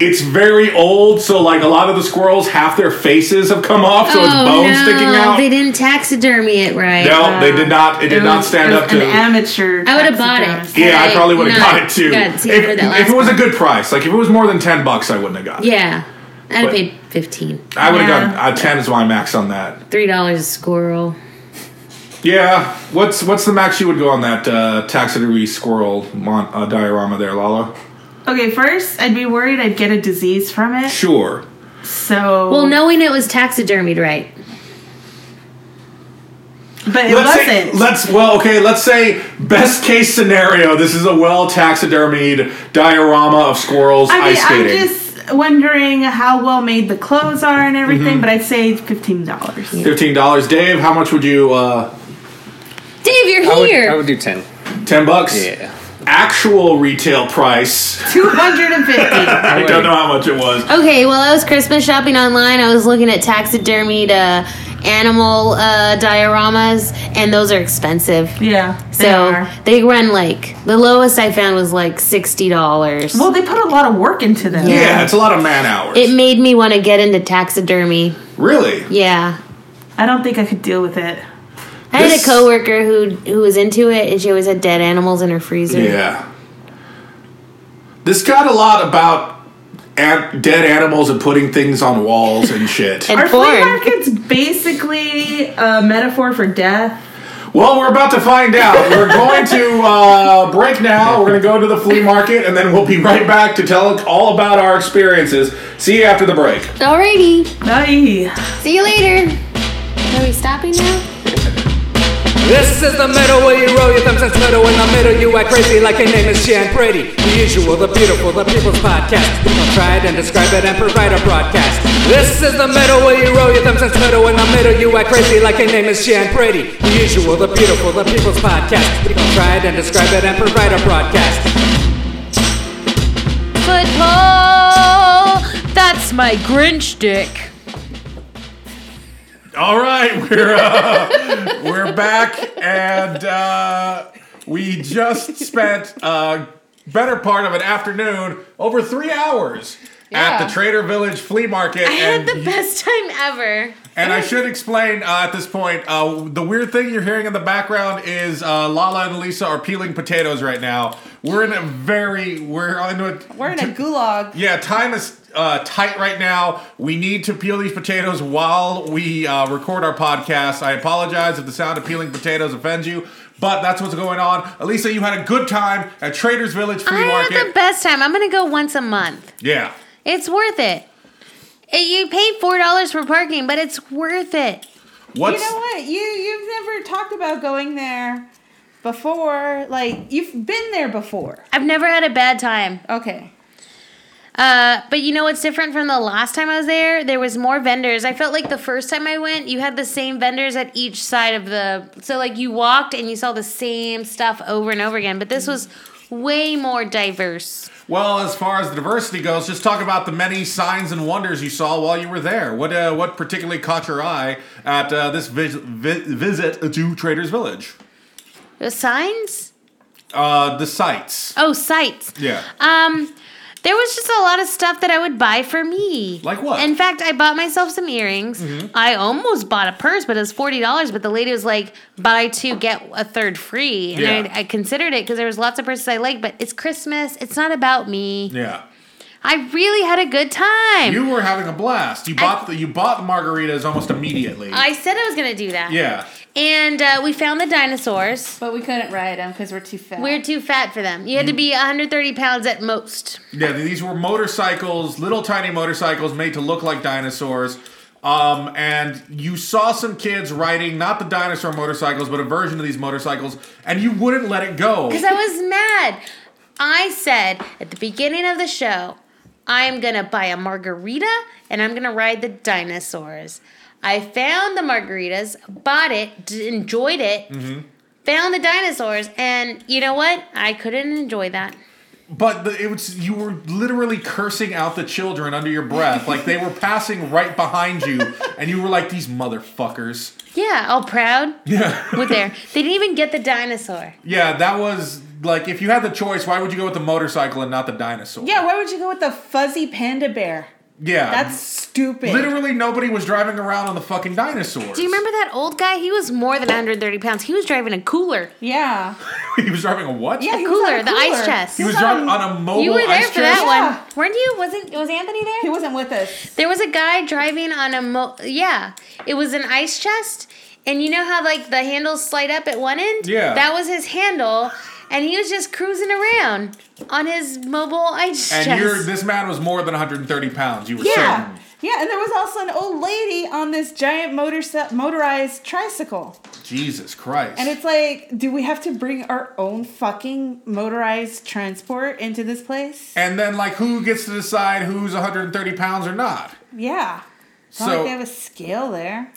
Speaker 1: it's very old, so like a lot of the squirrels, half their faces have come off, so it's bones sticking out.
Speaker 3: Oh, They didn't taxidermy it right.
Speaker 1: no, they did not. It did not stand
Speaker 2: As
Speaker 1: up
Speaker 2: an
Speaker 1: to.
Speaker 2: amateur.
Speaker 3: I would've bought it.
Speaker 2: taxidermist.
Speaker 1: yeah, I
Speaker 3: Hey,
Speaker 1: probably would have
Speaker 3: no,
Speaker 1: got it too.
Speaker 3: God, see, I heard
Speaker 1: if,
Speaker 3: that
Speaker 1: if
Speaker 3: last
Speaker 1: it was a
Speaker 3: one.
Speaker 1: good price, like if it was more than ten bucks, I wouldn't have got it.
Speaker 3: Yeah. I'd
Speaker 1: But-
Speaker 3: have paid 15
Speaker 1: I would have
Speaker 2: Yeah.
Speaker 1: gotten uh, ten is my max on that.
Speaker 3: $3 a squirrel.
Speaker 1: Yeah. What's what's the max you would go on that uh, taxidermy squirrel mon- uh, diorama there, Lala?
Speaker 2: Okay, first, I'd be worried I'd get a disease from it.
Speaker 1: Sure.
Speaker 2: So.
Speaker 3: Well, knowing it was taxidermied, right?
Speaker 2: But it
Speaker 1: let's
Speaker 2: wasn't.
Speaker 1: Say, let's well, okay. Let's say best case scenario. This is a well taxidermied diorama of squirrels
Speaker 2: I mean,
Speaker 1: ice skating.
Speaker 2: I'm just wondering how well made the clothes are and everything,
Speaker 1: Mm-hmm.
Speaker 2: but I'd say fifteen dollars.
Speaker 1: Fifteen dollars, Dave. How much would you? uh
Speaker 3: Dave, you're
Speaker 4: I would,
Speaker 3: here.
Speaker 4: I would do 10.
Speaker 1: Ten bucks.
Speaker 4: Yeah.
Speaker 1: Actual retail price.
Speaker 2: Two hundred and fifty.
Speaker 1: I don't know how much it was.
Speaker 3: okay, well, I was Christmas shopping online. I was looking at taxidermied uh, animal uh, dioramas, and those are expensive.
Speaker 2: yeah. they
Speaker 3: So
Speaker 2: are.
Speaker 3: they run like the lowest I found was like sixty dollars.
Speaker 2: Well, they put a lot of work into them.
Speaker 1: Yeah, it's a lot of man hours.
Speaker 3: It made me want to get into taxidermy.
Speaker 1: really?
Speaker 3: Yeah.
Speaker 2: I don't think I could deal with it.
Speaker 3: I had
Speaker 1: This-
Speaker 3: a coworker who who was into it, and she always had dead animals in her freezer.
Speaker 1: Yeah. This got a lot about an- dead animals and putting things on walls
Speaker 3: <laughs>
Speaker 1: and shit.
Speaker 3: And
Speaker 2: Are flea
Speaker 3: porn.
Speaker 2: markets basically a metaphor for death?
Speaker 1: well, we're about to find out. We're going to uh, break now. We're going to go to the flea market, and then we'll be right back to tell all about our experiences. See you after the break.
Speaker 3: Alrighty.
Speaker 2: Aye.
Speaker 3: See you later. Are we stopping now?
Speaker 5: This is the middle where you roll your thumbs and smiddle in the middle. You act crazy like your name is Shan Brady. The usual, the beautiful, the people's podcast. We gon' try it and describe it and provide a broadcast. This is the middle where you roll your thumbs and smiddle in the middle. You act crazy like your name is Shan Brady. The usual, the beautiful, the people's podcast. We gon' try it and describe it and provide a broadcast.
Speaker 6: football. That's my Grinch dick.
Speaker 1: All right, we're uh, <laughs> we're back, and uh, we just spent uh, better part of an afternoon, over three hours, at
Speaker 6: Yeah.
Speaker 1: the Trader Village flea market.
Speaker 3: I had
Speaker 1: and
Speaker 3: the best time ever.
Speaker 1: and I should explain uh, at this point uh, the weird thing you're hearing in the background is uh, Lala and Lisa are peeling potatoes right now. We're in a very we're on a
Speaker 2: We're in a gulag.
Speaker 1: yeah, time is uh, tight right now. We need to peel these potatoes while we uh, record our podcast. I apologize if the sound of peeling potatoes offends you, but that's what's going on. Elisa, you had a good time at Trader's Village Flea
Speaker 3: I
Speaker 1: Market.
Speaker 3: had the best time. I'm gonna go once a month.
Speaker 1: yeah.
Speaker 3: It's worth it. It- you pay four dollars for parking, but it's worth it.
Speaker 1: What's
Speaker 2: what? You you've never talked about going there before. Like you've been there before.
Speaker 3: I've never had a bad time.
Speaker 2: Okay.
Speaker 3: Uh, but you know what's different from the last time I was there? There was more vendors. I felt like the first time I went, you had the same vendors at each side of the. So like you walked and you saw the same stuff over and over again. But this was way more diverse.
Speaker 1: well as far as the diversity goes? Just talk about the many signs and wonders you saw while you were there. What uh, what particularly caught your eye at uh, this vis- vi- visit to Trader's Village?
Speaker 3: The signs?
Speaker 1: Uh, the sights.
Speaker 3: Oh, sights.
Speaker 1: Yeah.
Speaker 3: Um, there was just a lot of stuff that I would buy for me.
Speaker 1: Like what? Mm-hmm.
Speaker 3: In fact, I bought myself some earrings. I almost bought a purse, but it was forty dollars. But the lady was like, "Buy two, get a third free," and
Speaker 1: Yeah.
Speaker 3: I, I considered it because there was lots of purses I liked. But it's Christmas. It's not about me.
Speaker 1: yeah.
Speaker 3: I really had a good time.
Speaker 1: You were having a blast. You bought the you bought margaritas almost immediately.
Speaker 3: I said I was gonna do that.
Speaker 1: yeah.
Speaker 3: And uh, we found the dinosaurs.
Speaker 6: But we couldn't ride them because we're too fat.
Speaker 3: We're too fat for them. You had to
Speaker 1: Mm.
Speaker 3: be 130 pounds at most.
Speaker 1: Yeah, these were motorcycles, little tiny motorcycles made to look like dinosaurs. Um, and you saw some kids riding not the dinosaur motorcycles, but a version of these motorcycles, and you wouldn't let it go.
Speaker 3: Because I was mad. I said at the beginning of the show, I'm going to buy a margarita and I'm going to ride the dinosaurs. I found the margaritas, bought it, d- enjoyed it,
Speaker 1: Mm-hmm.
Speaker 3: found the dinosaurs, and you know what? I couldn't enjoy that.
Speaker 1: But the, it was you were literally cursing out the children under your breath, like they were passing right behind you, and you were like, "These motherfuckers."
Speaker 3: Yeah, all
Speaker 1: <laughs>
Speaker 3: proud
Speaker 1: Yeah.
Speaker 3: with there. They didn't even get the dinosaur.
Speaker 1: Yeah, that was like if you had the choice, why would you go with the motorcycle and not the dinosaur?
Speaker 2: Yeah. Why would you go with the fuzzy panda bear?
Speaker 1: Yeah.
Speaker 2: That's stupid.
Speaker 1: Literally nobody was driving around on the fucking dinosaurs.
Speaker 3: Do you remember that old guy? He was more than 130 pounds. He was driving a cooler.
Speaker 2: Yeah.
Speaker 1: <laughs> he was driving a what?
Speaker 2: Yeah. he was on
Speaker 3: Cooler,
Speaker 2: a
Speaker 3: the ice
Speaker 2: cooler.
Speaker 3: chest.
Speaker 1: He was
Speaker 2: Son.
Speaker 1: driving on a mobile
Speaker 3: You were there
Speaker 1: ice
Speaker 3: for
Speaker 1: chest?
Speaker 3: that
Speaker 2: chest?
Speaker 3: one, weren't you? Wasn't was Anthony there?
Speaker 2: He wasn't with us.
Speaker 3: There was a guy driving on a mo- yeah. It was an ice chest, And you know how like the handles slide up at one end?
Speaker 1: Yeah.
Speaker 3: That was his handle, and he was just cruising around on his mobile ice
Speaker 1: And
Speaker 3: chest.
Speaker 1: you're this man was more than 130 pounds. You were
Speaker 3: Yeah.
Speaker 1: certain.
Speaker 7: Yeah, and there was also an old lady on this giant motor motorized tricycle.
Speaker 1: Jesus Christ.
Speaker 7: And it's like, do we have to bring our own fucking motorized transport into this place?
Speaker 1: And then like who gets to decide who's 130 pounds or not?
Speaker 7: Yeah. It's not
Speaker 1: So-
Speaker 7: like they have a scale there.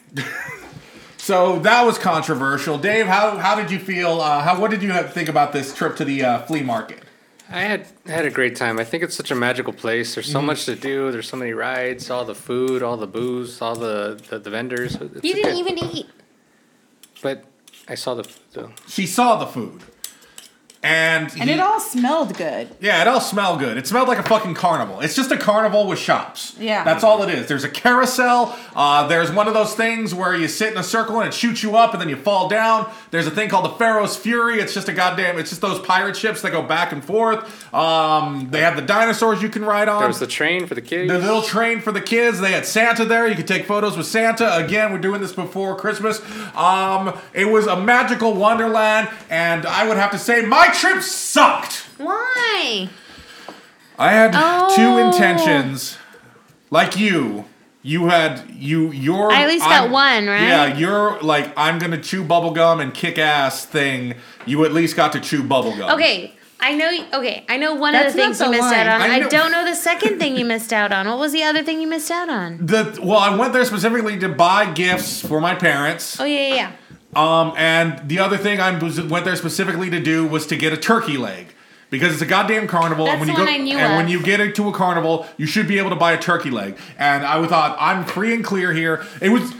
Speaker 1: So that was controversial. Dave, how how did you feel? Uh, how what did you have, think about this trip to the uh, flea market?
Speaker 4: I had I had a great time. I think it's such a magical place. There's so much to do. There's so many rides, all the food, all the booze, all the the, the vendors. It's
Speaker 3: You
Speaker 4: a
Speaker 3: didn't
Speaker 4: good-
Speaker 3: even eat.
Speaker 4: But I saw the the
Speaker 1: She saw the food, and
Speaker 7: And
Speaker 1: he-
Speaker 7: it all smelled good.
Speaker 1: yeah, it all smelled good. It smelled like a fucking carnival. It's just a carnival with shops.
Speaker 7: Yeah.
Speaker 1: that's all it is. There's a carousel. Uh, there's one of those things where you sit in a circle and it shoots you up, and then you fall down. There's a thing called the Pharaoh's Fury. It's just a goddamn. It's just those pirate ships that go back and forth. Um, they have the dinosaurs you can ride on.
Speaker 4: there was the train for the kids.
Speaker 1: The little train for the kids. They had Santa there. You could take photos with Santa. Again, we're doing this before Christmas. Um, it was a magical wonderland, and I would have to say my trip sucked.
Speaker 3: Why?
Speaker 1: I had two
Speaker 3: Oh.
Speaker 1: intentions, like you. You had you your.
Speaker 3: I at least got one, right?
Speaker 1: Um, Yeah, your like I'm gonna chew bubblegum and kick ass thing. You at least got to chew bubblegum.
Speaker 3: Okay. I know. Okay, I know one of
Speaker 7: That's
Speaker 3: the things
Speaker 7: not the
Speaker 3: you missed
Speaker 7: line.
Speaker 3: out on.
Speaker 1: I
Speaker 3: I,
Speaker 1: know-
Speaker 3: don't know the second thing you missed out on. What was the other thing you missed out
Speaker 1: <laughs>
Speaker 3: on?
Speaker 1: The, well, I went there specifically to buy gifts for my parents.
Speaker 3: Oh yeah, yeah, yeah.
Speaker 1: Um, and the other thing I was, went there specifically to do was to get a turkey leg because it's a goddamn carnival. and
Speaker 3: That's
Speaker 1: when you
Speaker 3: the
Speaker 1: go,
Speaker 3: one I knew
Speaker 1: and
Speaker 3: of.
Speaker 1: when you get into a carnival, you should be able to buy a turkey leg. And I thought I'm free and clear here. It was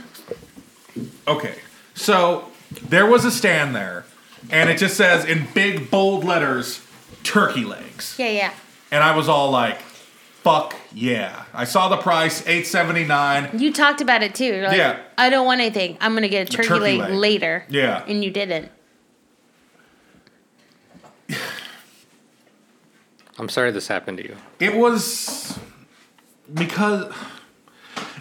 Speaker 1: okay. So there was a stand there, and it just says in big bold letters, turkey legs.
Speaker 3: Yeah, yeah.
Speaker 1: And I was all like, "Fuck yeah!" I saw the price, eight seventy nine.
Speaker 3: You talked about it too. You're like,
Speaker 1: Yeah.
Speaker 3: I don't want anything. I'm gonna get a turkey,
Speaker 1: turkey
Speaker 3: leg,
Speaker 1: leg.
Speaker 3: later.
Speaker 1: Yeah.
Speaker 3: And you didn't.
Speaker 4: I'm sorry this happened to you.
Speaker 1: It was because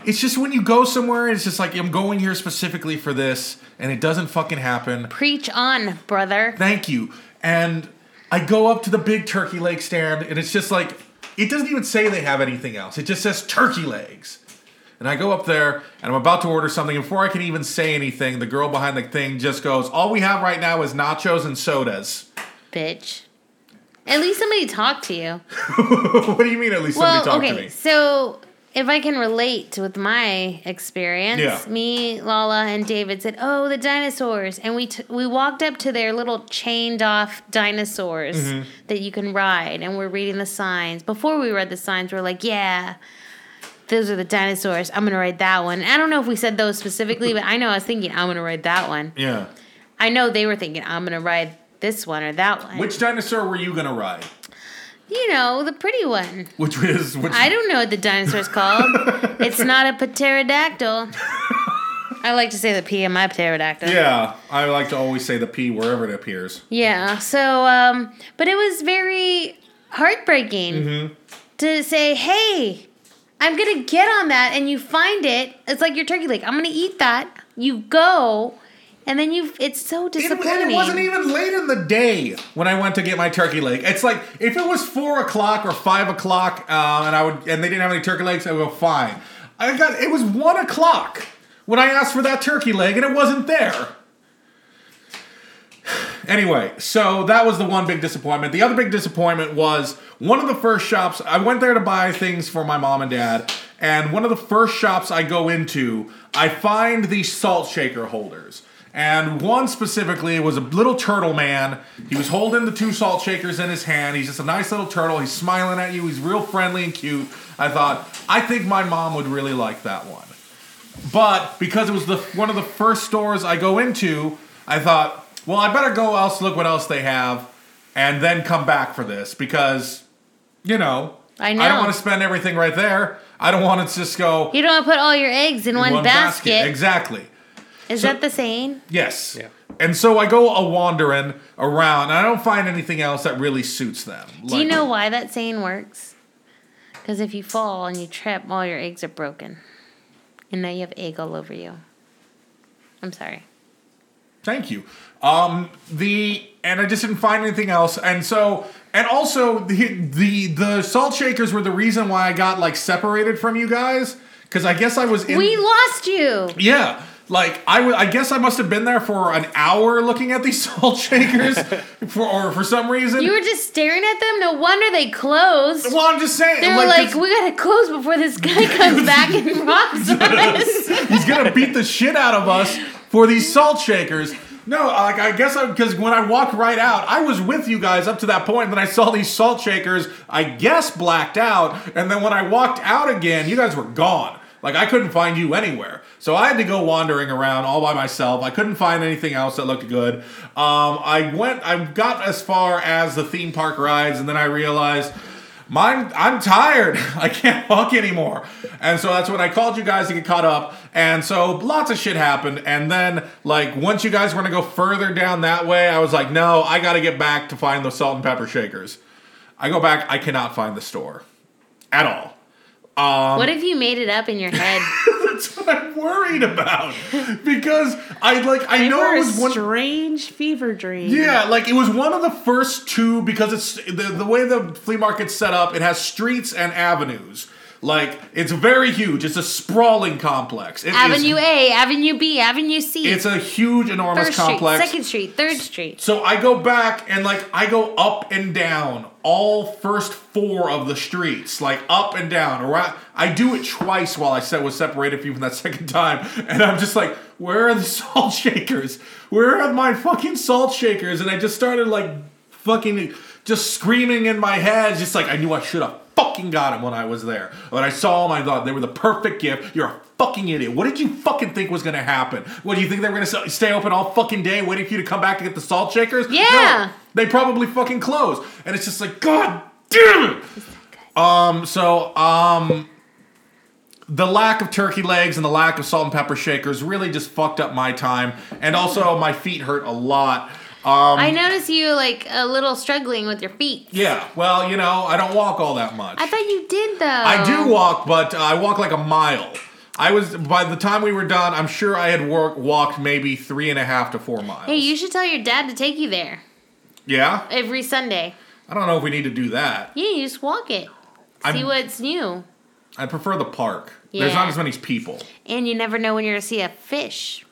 Speaker 1: it's just when you go somewhere, it's just like I'm going here specifically for this, and it doesn't fucking happen.
Speaker 3: Preach on, brother.
Speaker 1: Thank you. And I go up to the big turkey leg stand, and it's just like it doesn't even say they have anything else. It just says turkey legs. And I go up there and I'm about to order something. and Before I can even say anything, the girl behind the thing just goes, All we have right now is nachos and sodas. <laughs>
Speaker 3: Bitch. At least somebody talked to you.
Speaker 1: what do you mean, at least
Speaker 3: Well,
Speaker 1: somebody talked
Speaker 3: okay.
Speaker 1: to me?
Speaker 3: So if I can relate with my experience,
Speaker 1: Yeah.
Speaker 3: me, Lala, and David said, "Oh, the dinosaurs!" And we t- we walked up to their little chained off dinosaurs
Speaker 1: Mm-hmm.
Speaker 3: that you can ride, and we're reading the signs. Before we read the signs, we're like, "Yeah." Those are the dinosaurs. I'm gonna ride that one. I don't know if we said those specifically, but I know I was thinking I'm gonna ride that one.
Speaker 1: Yeah.
Speaker 3: I know they were thinking I'm gonna ride this one or that one.
Speaker 1: Which dinosaur were you going to ride?
Speaker 3: you know, the pretty one.
Speaker 1: Which is which?
Speaker 3: I don't know what the dinosaur's called.
Speaker 1: <laughs>
Speaker 3: it's not a pterodactyl. I like to say the P in my pterodactyl.
Speaker 1: yeah, I like to always say the P wherever it appears.
Speaker 3: Yeah, So, um, but it was very heartbreaking
Speaker 1: Mm-hmm.
Speaker 3: to say, hey, I'm going to get on that and you find it. It's like your turkey leg. I'm going to eat that. You go. And then you, it's so
Speaker 1: It, and
Speaker 3: disappointing.
Speaker 1: it wasn't even late in the day when I went to get my turkey leg. It's like if it was four o'clock or five o'clock, uh, and I would and they didn't have any turkey legs, I would go fine. I got it was one o'clock when I asked for that turkey leg, and it wasn't there. Anyway, so that was the one big disappointment. The other big disappointment was one of the first shops I went there to buy things for my mom and dad, and one of the first shops I go into, I find these salt shaker holders. And one specifically was a little turtle man. He was holding the two salt shakers in his hand. He's just a nice little turtle. He's smiling at you. He's real friendly and cute. I thought, I think my mom would really like that one. But because it was the one of the first stores I go into, I thought, well, I better go else look what else they have, and then come back for this because, you know,
Speaker 3: I
Speaker 1: I
Speaker 3: know.
Speaker 1: don't want to spend everything right there. I don't want to just go
Speaker 3: you don't want to put all your eggs in one, basket.
Speaker 1: Exactly.
Speaker 3: Is that the saying?
Speaker 1: Yes.
Speaker 4: Yeah.
Speaker 1: And so I go a wandering around, and I don't find anything else that really suits them.
Speaker 3: Do you know why that saying works? Because if you fall and you trip, all your eggs are broken. And now you have egg all over you. I'm sorry.
Speaker 1: Thank you. Um, the and I just didn't find anything else, and so and also the the, the salt shakers were the reason why I got like separated from you guys because I guess I was in
Speaker 3: We lost you.
Speaker 1: yeah. Like I wa- I guess I must have been there for an hour looking at these <laughs> salt
Speaker 3: <laughs>
Speaker 1: shakers, for or for some reason.
Speaker 3: You were just staring at them. No wonder they closed.
Speaker 1: well, I'm just saying.
Speaker 3: they were like,
Speaker 1: 'cause
Speaker 3: we gotta close before
Speaker 1: <laughs>
Speaker 3: this guy comes back and robs us.
Speaker 1: he's gonna beat the shit out of us for these salt shakers. No, like I guess I because when I walked right out, I was with you guys up to that point. Then I saw these salt shakers, I guess blacked out, and then when I walked out again, you guys were gone. Like I couldn't find you anywhere, so I had to go wandering around all by myself. I couldn't find anything else that looked good. Um, I went, I got as far as the theme park rides, and then I realized Mine, I'm tired. <laughs> I can't walk anymore. And so that's when I called you guys to get caught up. And so lots of shit happened. And then, like, once you guys were going to go further down that way, I was like, no, I got to get back to find the salt and pepper shakers. I go back, I cannot find the store at all. <laughs> Um,
Speaker 3: what if you made it up in your head?
Speaker 1: That's what I'm worried about. Because I, like, I
Speaker 7: They
Speaker 1: know
Speaker 7: were
Speaker 1: it
Speaker 7: a
Speaker 1: was one.
Speaker 7: strange fever dream.
Speaker 1: Yeah, like it was one of the first two because it's the, the way the flea market's set up, it has streets and avenues. Like it's very huge. It's a sprawling complex. It is-
Speaker 3: Avenue A, Avenue B, Avenue C.
Speaker 1: It's a huge, enormous
Speaker 3: First
Speaker 1: complex.
Speaker 3: Street, Second Street, Third Street.
Speaker 1: So I go back and like I go up and down all first four of the streets, like up and down. Or I, I do it twice while I said was separated from you from that <laughs> second time, and I'm just like, where are the <laughs> salt shakers? Where are my fucking salt shakers? And I just started like fucking just screaming in my head, just like I knew I should have fucking got them when I was there. When I saw them, I thought they were the perfect gift. You're a fucking idiot. What did you fucking think was gonna happen? What do you think they were gonna s- stay open all fucking day waiting for you to come back to get the salt shakers? No.
Speaker 3: Yeah.
Speaker 1: they probably fucking closed. And it's just like, God damn it! Um, so, um, the lack of turkey legs and the lack of salt and pepper shakers really just fucked up my time. And also, my feet hurt a lot. Um,
Speaker 3: I noticed you like a little struggling with your feet.
Speaker 1: yeah, well, you know, I don't walk all that much.
Speaker 3: I um, thought you did though.
Speaker 1: I do walk, but uh, I walk like a mile. I was by the time we were done. I'm sure I had work, walked maybe three and a half to four miles.
Speaker 3: Hey, you should tell your dad to take you there
Speaker 1: yeah,
Speaker 3: every Sunday.
Speaker 1: I don't know if we need to do that.
Speaker 3: Yeah, you just walk it. See
Speaker 1: I'm-
Speaker 3: what's new.
Speaker 1: I prefer the park. There's not
Speaker 3: Yeah.
Speaker 1: as many people.
Speaker 3: And you never know when you're gonna see a fish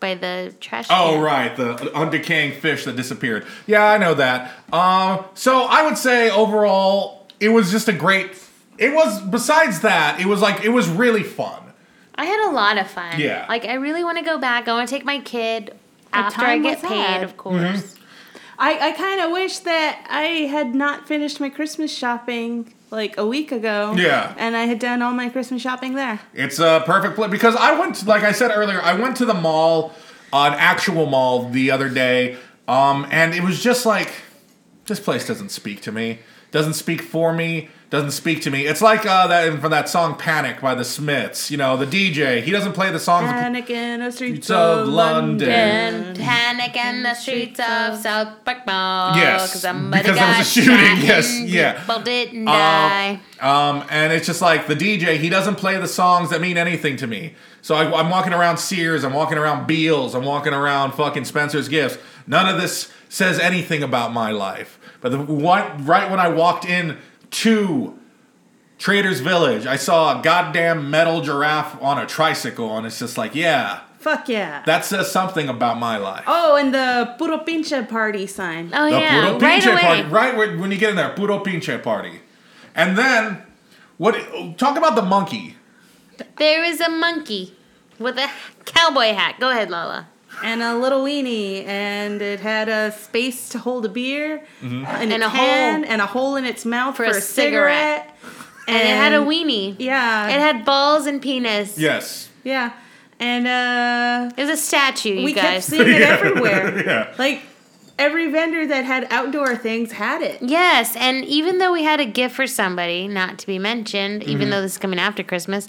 Speaker 3: by the trash.
Speaker 1: Oh
Speaker 3: can.
Speaker 1: right, the undecaying fish that disappeared. Yeah, I know that. Um, so I would say overall, it was just a great. It was besides that, it was like it was really fun.
Speaker 3: I had a lot of fun.
Speaker 1: Yeah.
Speaker 3: Like I really want to go back. I want to take my kid after I
Speaker 7: time
Speaker 3: get
Speaker 7: was
Speaker 3: paid,
Speaker 7: had.
Speaker 1: Mm-hmm.
Speaker 3: of course.
Speaker 7: I, I kind of wish that I had not finished my Christmas shopping like a week ago.
Speaker 1: Yeah.
Speaker 7: And I had done all my Christmas shopping there.
Speaker 1: It's a perfect place because I went, like I said earlier, I went to the mall, an actual mall, the other day, um, and it was just like, this place doesn't speak to me, doesn't speak for me, doesn't speak to me. It's like uh, that from that song "Panic" by the Smiths. You know, the DJ, he doesn't play the songs.
Speaker 7: Panic in the streets
Speaker 1: of
Speaker 7: of
Speaker 1: London.
Speaker 7: London.
Speaker 3: And panic in the streets of South Park Mall.
Speaker 1: Yes,
Speaker 3: 'cause
Speaker 1: <laughs>
Speaker 3: somebody
Speaker 1: because there was
Speaker 3: got
Speaker 1: a shooting,
Speaker 3: shot
Speaker 1: yes,
Speaker 3: and
Speaker 1: yeah.
Speaker 3: People didn't
Speaker 1: Um,
Speaker 3: die.
Speaker 1: um, and it's just like the DJ, he doesn't play the songs that mean anything to me. So I, I'm walking around Sears, I'm walking around Beals, I'm walking around fucking Spencer's Gifts. None of this says anything about my life. But the one, right when I walked in to Trader's Village, I saw a goddamn metal giraffe on a tricycle, and it's just like, yeah,
Speaker 7: Fuck yeah.
Speaker 1: that says something about my life.
Speaker 7: oh, and the Puro Pinche party sign.
Speaker 3: oh
Speaker 1: The
Speaker 3: yeah,
Speaker 1: puro
Speaker 3: right
Speaker 1: pinche
Speaker 3: away.
Speaker 1: party. Right when, when you get in there, puro pinche party. And then, what? Talk about the monkey.
Speaker 3: There is a monkey with a cowboy hat. Go ahead, Lala.
Speaker 7: And a little weenie. And it had a space to hold a beer.
Speaker 1: Mm-hmm.
Speaker 7: And,
Speaker 3: And
Speaker 7: a
Speaker 3: a
Speaker 7: can,
Speaker 3: hole.
Speaker 7: And a hole in its mouth for,
Speaker 3: a
Speaker 7: a cigarette.
Speaker 3: And, it had a weenie.
Speaker 7: Yeah.
Speaker 3: It had balls and penis.
Speaker 1: Yes.
Speaker 7: yeah. And uh,
Speaker 3: It was a statue, you
Speaker 7: we kept
Speaker 3: guys.
Speaker 1: <laughs>
Speaker 7: seeing it everywhere.
Speaker 1: Yeah.
Speaker 7: Like every vendor that had outdoor things had it.
Speaker 3: Yes, and even though we had a gift for somebody, not to be mentioned,
Speaker 7: Mm-hmm.
Speaker 3: even though this is coming after Christmas,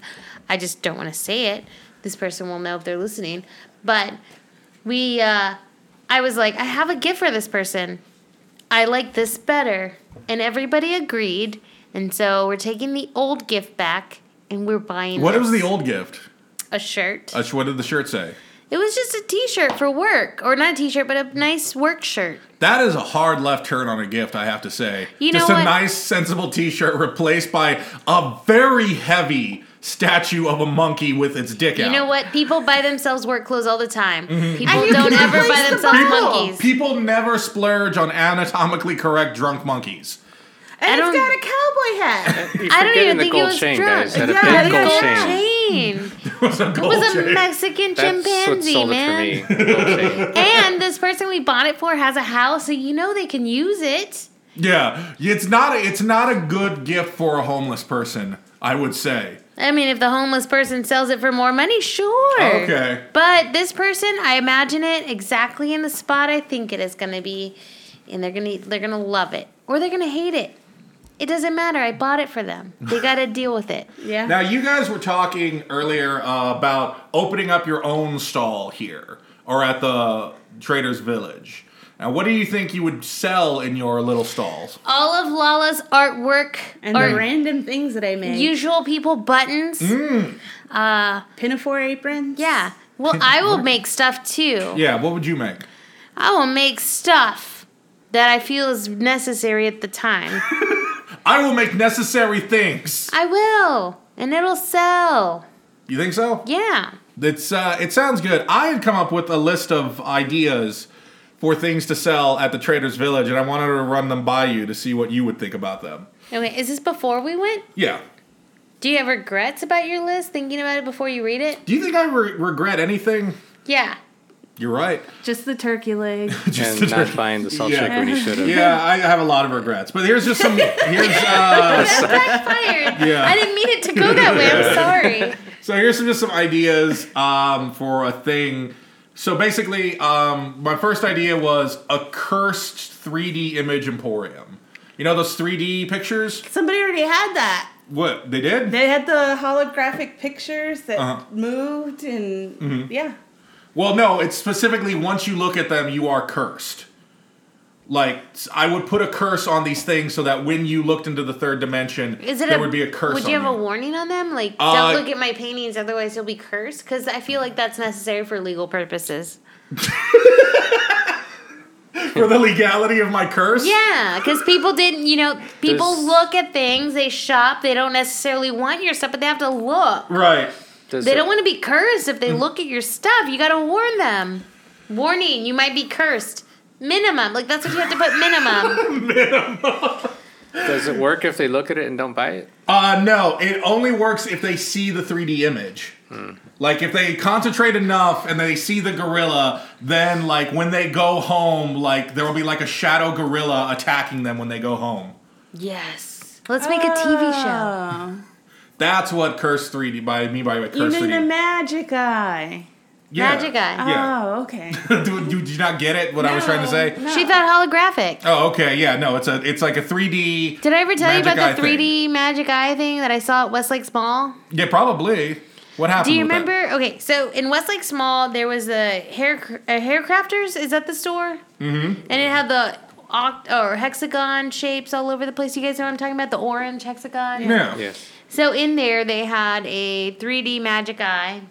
Speaker 3: I just don't want to say it. This person will know if they're listening. But we, uh, I was like, I have a gift for this person. I like this better. And everybody agreed. And so we're taking the old gift back and we're buying
Speaker 1: What
Speaker 3: this.
Speaker 1: was the old gift?
Speaker 3: a shirt.
Speaker 1: Uh, sh- What did the shirt say?
Speaker 3: It was just a T-shirt for work, or not a T-shirt, but a nice work shirt.
Speaker 1: That is a hard left turn on a gift, I have to say.
Speaker 3: You
Speaker 1: Just
Speaker 3: know
Speaker 1: a
Speaker 3: what?
Speaker 1: nice, sensible T-shirt replaced by a very heavy statue of a monkey with its dick out.
Speaker 3: You know what? People buy themselves work clothes all the time.
Speaker 4: Mm-hmm.
Speaker 3: People
Speaker 2: And you
Speaker 3: don't
Speaker 2: can
Speaker 3: ever
Speaker 2: replace
Speaker 3: buy
Speaker 2: the
Speaker 3: themselves
Speaker 2: bottle.
Speaker 3: monkeys.
Speaker 1: People never splurge on anatomically correct drunk monkeys.
Speaker 2: And
Speaker 3: I
Speaker 2: it's
Speaker 3: don't-
Speaker 2: got a cowboy hat.
Speaker 4: You're
Speaker 3: I don't
Speaker 4: forgetting
Speaker 3: even
Speaker 4: the
Speaker 3: think it
Speaker 4: gold
Speaker 3: was
Speaker 4: chain,
Speaker 3: drunk.
Speaker 4: guys. That
Speaker 2: Yeah,
Speaker 4: yeah,
Speaker 2: yeah,
Speaker 4: gold
Speaker 3: Gold
Speaker 4: chain. <laughs>
Speaker 3: chain.
Speaker 1: It was a,
Speaker 3: It
Speaker 1: gold
Speaker 3: was a
Speaker 1: chain.
Speaker 3: Mexican
Speaker 4: That's what
Speaker 3: chimpanzee,
Speaker 4: sold
Speaker 3: man.
Speaker 4: it for me. Gold chain.
Speaker 3: <laughs> and this person we bought it for has a house, so you know they can use it.
Speaker 1: Yeah, it's not. A, it's not a good gift for a homeless person. I would say.
Speaker 3: I mean, if the homeless person sells it for more money, sure.
Speaker 1: Okay.
Speaker 3: But this person, I imagine it exactly in the spot I think it is going to be, and they're going to they're going to love it or they're going to hate it. It doesn't matter. I bought it for them. They
Speaker 1: <laughs>
Speaker 3: got to deal with it.
Speaker 7: Yeah.
Speaker 1: Now you guys were talking earlier uh, about opening up your own stall here or at the Traders Village. Now, what do you think you would sell in your little stalls?
Speaker 3: All of Lala's artwork
Speaker 7: and
Speaker 3: or
Speaker 7: the random things that I made.
Speaker 3: usual people buttons.
Speaker 1: Mm.
Speaker 7: Pinafore aprons.
Speaker 3: Yeah. Well,
Speaker 1: <laughs>
Speaker 3: I will make stuff too.
Speaker 1: Yeah, what would you make?
Speaker 3: I will make stuff that I feel is necessary at
Speaker 1: <laughs>
Speaker 3: the time.
Speaker 1: I will make necessary things.
Speaker 3: I will, and it'll sell.
Speaker 1: You think so?
Speaker 3: Yeah.
Speaker 1: It's uh, it sounds good. I had come up with a list of ideas for things to sell at the Traders Village, and I wanted to run them by you to see what you would think about them.
Speaker 3: Okay, is this before we went?
Speaker 1: Yeah.
Speaker 3: Do you have regrets about your list? Thinking about it before you read it?
Speaker 1: Do you think I re- regret anything?
Speaker 3: Yeah.
Speaker 1: You're right.
Speaker 7: Just the turkey leg. <laughs>
Speaker 1: Just
Speaker 4: and not
Speaker 1: the-
Speaker 4: buying the salt
Speaker 1: Yeah.
Speaker 4: shaker when he should
Speaker 3: <laughs>
Speaker 4: have.
Speaker 1: Yeah, I have a lot of regrets. But here's just some. Here's uh,
Speaker 3: That backfired.
Speaker 1: Yeah.
Speaker 3: I didn't mean it to go that way.
Speaker 1: <laughs>
Speaker 3: I'm sorry.
Speaker 1: so here's some, just some ideas um, for a thing. So basically, um, my first idea was a cursed 3D image emporium. You know those 3D pictures?
Speaker 7: Somebody already had that.
Speaker 1: What they did?
Speaker 7: They had the holographic pictures that
Speaker 1: Uh-huh. Mm-hmm.
Speaker 7: moved and yeah.
Speaker 1: Well, no, it's specifically once you look at them, you are cursed. Like I would put a curse on these things so that when you looked into the third dimension,
Speaker 3: Is it
Speaker 1: there
Speaker 3: a,
Speaker 1: would be a curse.
Speaker 3: Would
Speaker 1: on
Speaker 3: you have a warning on them? Like,
Speaker 1: Uh,
Speaker 3: don't look at my paintings, otherwise you'll be cursed. Because I feel like that's necessary for legal purposes.
Speaker 1: for the legality of my curse?
Speaker 3: Yeah, because people didn't, you know, people
Speaker 4: Does-
Speaker 3: look at things, they shop, they don't necessarily want your stuff, but they have to look.
Speaker 1: Right.
Speaker 4: Does
Speaker 3: They
Speaker 4: it-
Speaker 3: don't want to be cursed if they
Speaker 1: Mm.
Speaker 3: look at your stuff. You got to warn them. Warning, you might be cursed. Minimum. Like, that's what you have to put
Speaker 1: <laughs>
Speaker 3: minimum.
Speaker 4: Does it work if they look at it and don't buy it?
Speaker 1: Uh, no, it only works if they see the 3D image. Like if they concentrate enough and they see the gorilla, then like when they go home, like there will be like a shadow gorilla attacking them when they go home.
Speaker 3: yes. Let's make a
Speaker 1: Ah.
Speaker 3: TV show.
Speaker 7: Oh.
Speaker 1: That's what curse 3D by me by curse
Speaker 7: You made
Speaker 1: 3D.
Speaker 7: a magic eye.
Speaker 1: yeah.
Speaker 3: Magic eye.
Speaker 1: Yeah. <laughs>
Speaker 7: Oh, okay.
Speaker 1: do, do, do you not get it? What I was trying to say?
Speaker 3: She thought holographic.
Speaker 1: Oh, okay. Yeah, no, it's a it's like a 3D.
Speaker 3: Did I ever tell
Speaker 1: Magic
Speaker 3: you
Speaker 1: eye
Speaker 3: about the
Speaker 1: thing.
Speaker 3: 3D magic eye thing that I saw at Westlake Mall?
Speaker 1: Yeah, probably. What happened?
Speaker 3: Do you
Speaker 1: with that?
Speaker 3: remember? Okay, so in Westlake Mall, there was a hair a haircrafters. Is that the store? Mm-hmm. And it had the oct- or hexagon shapes all over the place. You guys know what I'm talking about? The orange hexagon.
Speaker 1: Yeah.
Speaker 4: Yes.
Speaker 3: So in there, they had a 3D magic eye.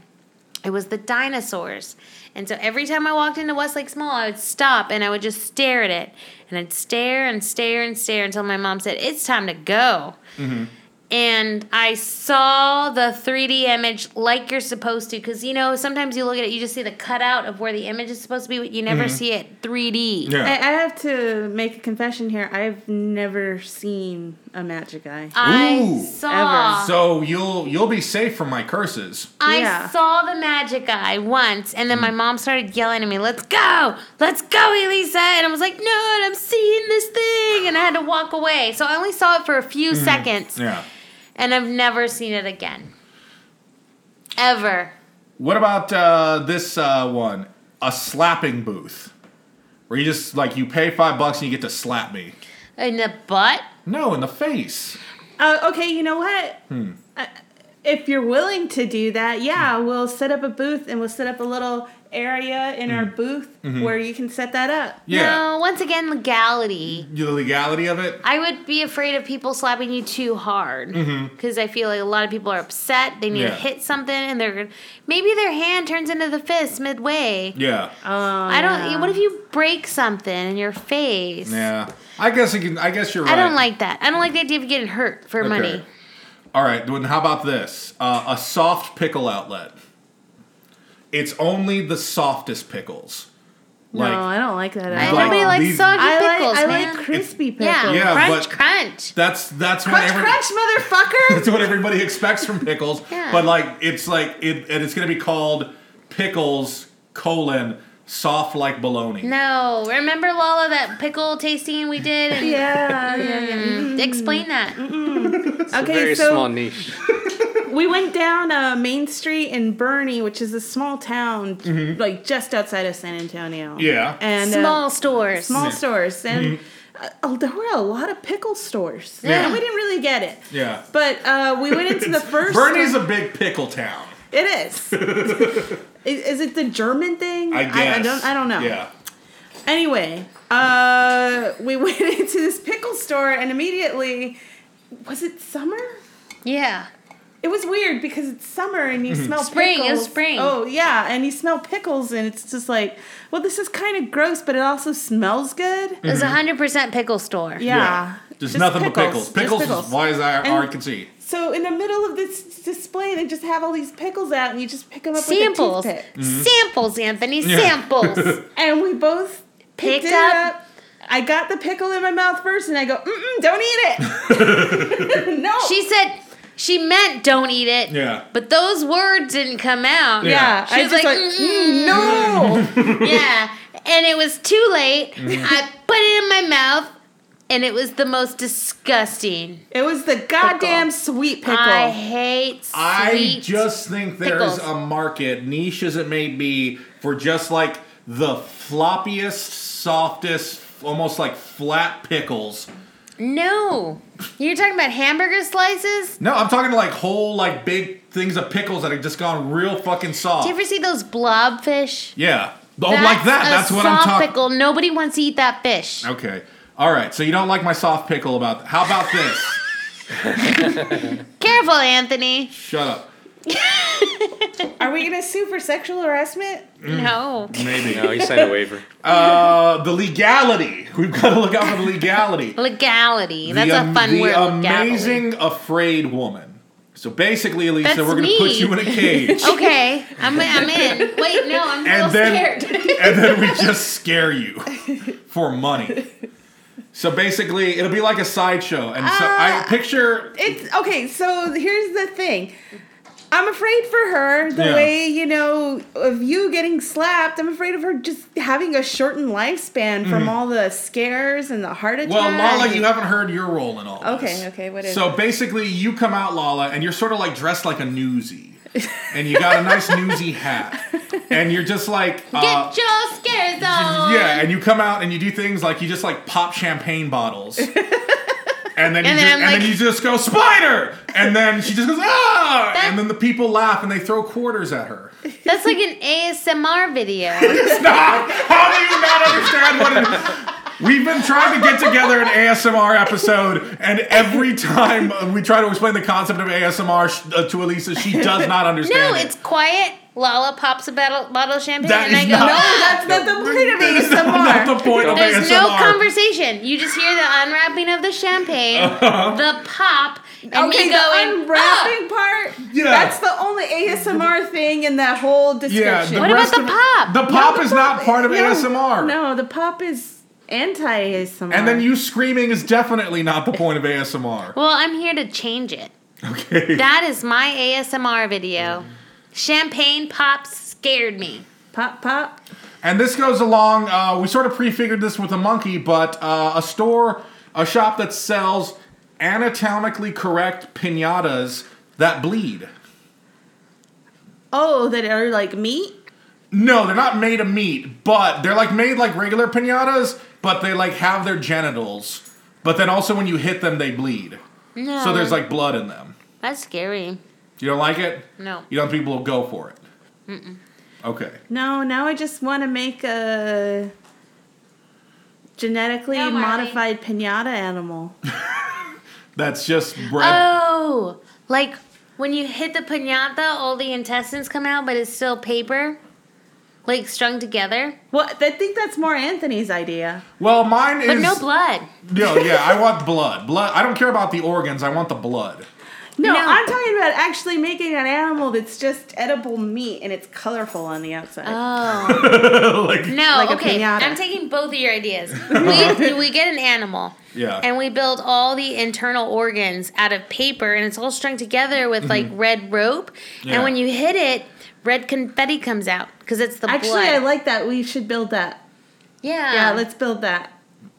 Speaker 3: It was the dinosaurs. And so every time I walked into Westlake Mall, I would stop and I would just stare at it. And I'd stare and stare and stare until my mom said, It's time to go.
Speaker 1: Mm-hmm.
Speaker 3: And I saw the 3D image like you're supposed to. Because, you know, sometimes you look at it, you just see the cutout of where the image is supposed to be, but you never see it 3D.
Speaker 1: Mm-hmm. Yeah.
Speaker 7: I, I have to make a confession here. I've never seen a magic eye.
Speaker 3: I
Speaker 1: Ooh.
Speaker 3: saw.
Speaker 1: So you'll you'll be safe from my curses.
Speaker 3: I
Speaker 7: Yeah.
Speaker 3: saw the magic eye once, and then my mom started yelling at me, "Let's go, let's go, Elisa!" And I was like, "No, I'm seeing this thing," and I had to walk away. So I only saw it for a few seconds,
Speaker 1: Mm-hmm. Yeah.
Speaker 3: and I've never seen it again, ever.
Speaker 1: What about uh, this uh, one? A slapping booth, where you just like you pay five bucks and you get to slap me.
Speaker 3: In the butt.
Speaker 1: No, in the face.
Speaker 2: Hmm.
Speaker 7: Uh, okay, you know what? I,
Speaker 2: if you're willing to do that, yeah, we'll set up a booth and we'll set up a little area in our booth where you can set that up.
Speaker 1: Yeah.
Speaker 3: No, once again, legality.
Speaker 1: The legality of it.
Speaker 3: I would be afraid of people slapping you too hard because I feel like a lot of people are upset. They need
Speaker 1: Mm-hmm. Yeah.
Speaker 3: to hit something, and they're maybe their hand turns into the fist midway.
Speaker 1: Yeah.
Speaker 3: I don't. What if you break something in your face?
Speaker 1: yeah. I guess you can, I guess you're right.
Speaker 3: I don't like that. I don't like the idea of getting hurt for money.
Speaker 1: All right. Then how about this? Uh, a soft pickle outlet. It's only the softest pickles.
Speaker 2: No, I don't like that
Speaker 3: I-
Speaker 2: at all.
Speaker 1: Like,
Speaker 3: nobody likes
Speaker 1: these-
Speaker 3: soggy
Speaker 2: I like
Speaker 3: pickles,
Speaker 2: I
Speaker 3: man.
Speaker 2: like crispy pickles.
Speaker 3: yeah,
Speaker 1: Yeah,
Speaker 3: crunch,
Speaker 1: but-
Speaker 3: crunch.
Speaker 1: That's that's what <laughs>
Speaker 2: Crunch,
Speaker 1: every-
Speaker 2: crunch,
Speaker 1: <laughs>
Speaker 2: motherfucker!
Speaker 1: That's what everybody expects from pickles.
Speaker 3: Yeah.
Speaker 1: But like it's like it and it's gonna be called pickles colon soft like bologna.
Speaker 3: No, remember Lala that pickle tasting we did? And
Speaker 2: yeah, yeah, yeah. Mm-hmm.
Speaker 3: Explain that.
Speaker 2: Okay,
Speaker 8: Very
Speaker 2: so
Speaker 8: small niche.
Speaker 2: we went down uh, Main Street in Bernie, which is a small town, like just outside of San Antonio.
Speaker 1: Yeah.
Speaker 2: and uh,
Speaker 3: Small stores.
Speaker 2: small stores, and uh, oh, there were a lot of pickle stores,
Speaker 1: Yeah.
Speaker 2: and we didn't really get it.
Speaker 1: Yeah.
Speaker 2: But uh, we went
Speaker 1: <laughs>
Speaker 2: into the first.
Speaker 1: Bernie's
Speaker 2: one-
Speaker 1: a big pickle town.
Speaker 2: It
Speaker 1: <laughs>
Speaker 2: is. is. Is it the German thing?
Speaker 1: I guess.
Speaker 2: I, don't. I don't know.
Speaker 1: Yeah.
Speaker 2: Anyway, uh, we <laughs> went into this pickle store, and immediately, was it summer?
Speaker 3: Yeah.
Speaker 2: It was weird because it's summer and
Speaker 1: Mm-hmm.
Speaker 2: you smell
Speaker 3: Spring, it
Speaker 2: pickles.
Speaker 3: was spring.
Speaker 2: Oh yeah, and you smell pickles, and it's just like, well, this is kind of gross, but it also smells good.
Speaker 3: It was a
Speaker 1: Mm-hmm.
Speaker 3: hundred percent pickle store.
Speaker 2: Yeah.
Speaker 1: There's
Speaker 2: Just
Speaker 1: nothing but pickles.
Speaker 2: Just
Speaker 1: Pickles, is why as I,
Speaker 2: And-
Speaker 1: I can see.
Speaker 2: So in the middle of this display, they just have all these pickles out, and you just pick them up
Speaker 3: Samples.
Speaker 2: with a toothpick.
Speaker 1: Mm-hmm.
Speaker 3: Samples, Anthony. Samples.
Speaker 2: And we both picked,
Speaker 3: Picked
Speaker 2: it
Speaker 3: up-
Speaker 2: up. I got the pickle in my mouth first, and I go, Mm-mm, "Don't eat
Speaker 1: <laughs>
Speaker 2: it." no.
Speaker 3: she said she meant don't eat it.
Speaker 1: <laughs> Yeah.
Speaker 3: But those words didn't come out.
Speaker 1: Yeah.
Speaker 2: yeah,
Speaker 3: She was
Speaker 2: I just went,
Speaker 3: like,
Speaker 1: <laughs>
Speaker 2: "Mm, "No."
Speaker 3: Yeah. And it was too late.
Speaker 1: Mm.
Speaker 3: I put it in my mouth and it was the most disgusting.
Speaker 2: it was the goddamn sweet pickle.
Speaker 3: I hate sweet.
Speaker 1: I just think there is
Speaker 3: pickles.
Speaker 1: a market, niche as it may be, for just like the floppiest, softest, almost like flat pickles.
Speaker 3: No. You're talking about hamburger slices?
Speaker 1: No, I'm talking like whole, like big things of pickles that have just gone real fucking soft.
Speaker 3: Do you ever see those blobfish?
Speaker 1: yeah. Oh, like that.
Speaker 3: a
Speaker 1: That's what
Speaker 3: soft
Speaker 1: I'm talking.
Speaker 3: pickle. Nobody wants to eat that fish.
Speaker 1: Okay. All right. So you don't like my soft pickle about. How about this? <laughs>
Speaker 3: Careful, Anthony.
Speaker 1: Shut up.
Speaker 2: Are we gonna sue for sexual
Speaker 3: <gasps>
Speaker 2: harassment?
Speaker 1: Mm.
Speaker 3: No.
Speaker 1: Maybe.
Speaker 8: No, he signed a waiver.
Speaker 1: Uh, the legality. We've got to look out for the legality.
Speaker 3: Legality. <laughs> That's
Speaker 1: the,
Speaker 3: a
Speaker 1: am-
Speaker 3: fun
Speaker 1: the
Speaker 3: word.
Speaker 1: amazing
Speaker 3: Legality. afraid
Speaker 1: woman. So basically, Elisa,
Speaker 3: That's
Speaker 1: we're going to
Speaker 3: me.
Speaker 1: put you in a
Speaker 3: <laughs>
Speaker 1: cage,
Speaker 3: Okay, I'm, I'm in. Wait, no, I'm
Speaker 1: <laughs> And
Speaker 3: real
Speaker 1: then-
Speaker 3: scared. <laughs>
Speaker 1: and then we just scare you for
Speaker 3: <laughs>
Speaker 1: money. So basically, it'll be like a sideshow, and so I
Speaker 2: Ah.
Speaker 1: picture
Speaker 2: It's okay. So here's the thing. I'm afraid for her the
Speaker 1: Yeah.
Speaker 2: way you know of you getting slapped. I'm afraid of her just having a shortened lifespan from all the scares and the heart attack.
Speaker 1: Mm-hmm. Well, Lala, you haven't heard your role in all this.
Speaker 2: Okay, okay, what is
Speaker 1: So basically, you come out, Lala, and you're sort of like dressed like a newsie. and you got a nice newsy
Speaker 3: <laughs>
Speaker 1: hat. And you're just like. Uh,
Speaker 3: Get your scares on.
Speaker 1: yeah, and you come out and you do things like you just like pop champagne
Speaker 3: <laughs>
Speaker 1: bottles. And then, you
Speaker 3: And then
Speaker 1: just,
Speaker 3: I'm
Speaker 1: and
Speaker 3: like-
Speaker 1: then you just go spider, and then she just goes ah,
Speaker 3: That-
Speaker 1: and then the people laugh and they throw quarters at her.
Speaker 3: That's like an ASMR
Speaker 1: <laughs>
Speaker 3: video.
Speaker 1: How do you not understand what it We've been trying to get together an ASMR episode, and every time we try to explain the concept of ASMR sh- uh, to Elisa, she does not understand.
Speaker 3: no,
Speaker 1: it.
Speaker 3: it's quiet. Lala pops a bottle, bottle of champagne,
Speaker 1: That
Speaker 3: and I
Speaker 1: is
Speaker 3: go,
Speaker 1: not-
Speaker 3: "Ah!"
Speaker 2: Oh, That's not the point of
Speaker 1: That is not- not
Speaker 2: ASMR.
Speaker 1: the point of
Speaker 3: There's
Speaker 1: ASMR.
Speaker 3: no conversation. You just hear the unwrapping of the champagne,
Speaker 1: Uh-huh.
Speaker 3: the pop, <laughs> and
Speaker 2: Okay, the
Speaker 3: me going,
Speaker 2: unwrapping part.
Speaker 1: Yeah.
Speaker 2: That's the only
Speaker 1: <laughs>
Speaker 2: ASMR thing in that whole
Speaker 1: yeah,
Speaker 2: description.
Speaker 1: the
Speaker 3: What about
Speaker 1: rest
Speaker 3: the
Speaker 1: of-
Speaker 3: pop?
Speaker 1: The pop is not part of
Speaker 2: No,
Speaker 1: ASMR.
Speaker 2: No, the pop is anti ASMR.
Speaker 1: And then you screaming is definitely not the point of ASMR.
Speaker 3: Well, I'm here to change it.
Speaker 1: Okay. Mm.
Speaker 3: That is my ASMR video. Champagne pops scared me.
Speaker 2: pop pop.
Speaker 1: And this goes along. Uh, we sort of prefigured this with a monkey, but uh, a store, a shop that sells anatomically correct pinatas that bleed.
Speaker 2: Oh, that are like meat.
Speaker 1: No, they're not made of meat, but they're like made like regular pinatas, but they like have their genitals. But then also when you hit them, they bleed.
Speaker 3: No.
Speaker 1: So there's like blood in them.
Speaker 3: That's scary.
Speaker 1: You don't like it?
Speaker 3: No.
Speaker 1: You don't think people will go for it? Okay.
Speaker 2: No, now I just want to make a genetically
Speaker 9: No, Marley.
Speaker 2: modified pinata animal.
Speaker 1: That's just bread.
Speaker 3: Oh, like when you hit the pinata, all the intestines come out, but it's still paper, like strung together,
Speaker 2: Well, I think that's more Anthony's idea.
Speaker 1: well, mine is <laughs>
Speaker 3: but no blood.
Speaker 1: No, yeah, I want blood. Blood. I don't care about the organs. I want the blood.
Speaker 2: No,
Speaker 3: No.
Speaker 2: I'm talking about actually making an animal that's just edible meat and it's colorful on the outside.
Speaker 3: Oh
Speaker 1: like,
Speaker 3: <laughs> no!
Speaker 2: Like a
Speaker 3: okay,
Speaker 2: piñata.
Speaker 3: I'm taking both of
Speaker 2: <laughs>
Speaker 3: your ideas. We, we get an animal,
Speaker 2: Uh.
Speaker 1: Yeah.
Speaker 3: and we build all the internal organs out of paper, and it's all strung together with like
Speaker 2: Mm-hmm.
Speaker 3: red rope.
Speaker 1: Yeah.
Speaker 3: And when you hit it, red confetti comes out because it's the
Speaker 2: actually,
Speaker 3: blood. Oh.
Speaker 2: I like that. We should build that.
Speaker 3: yeah,
Speaker 2: Yeah, let's build that.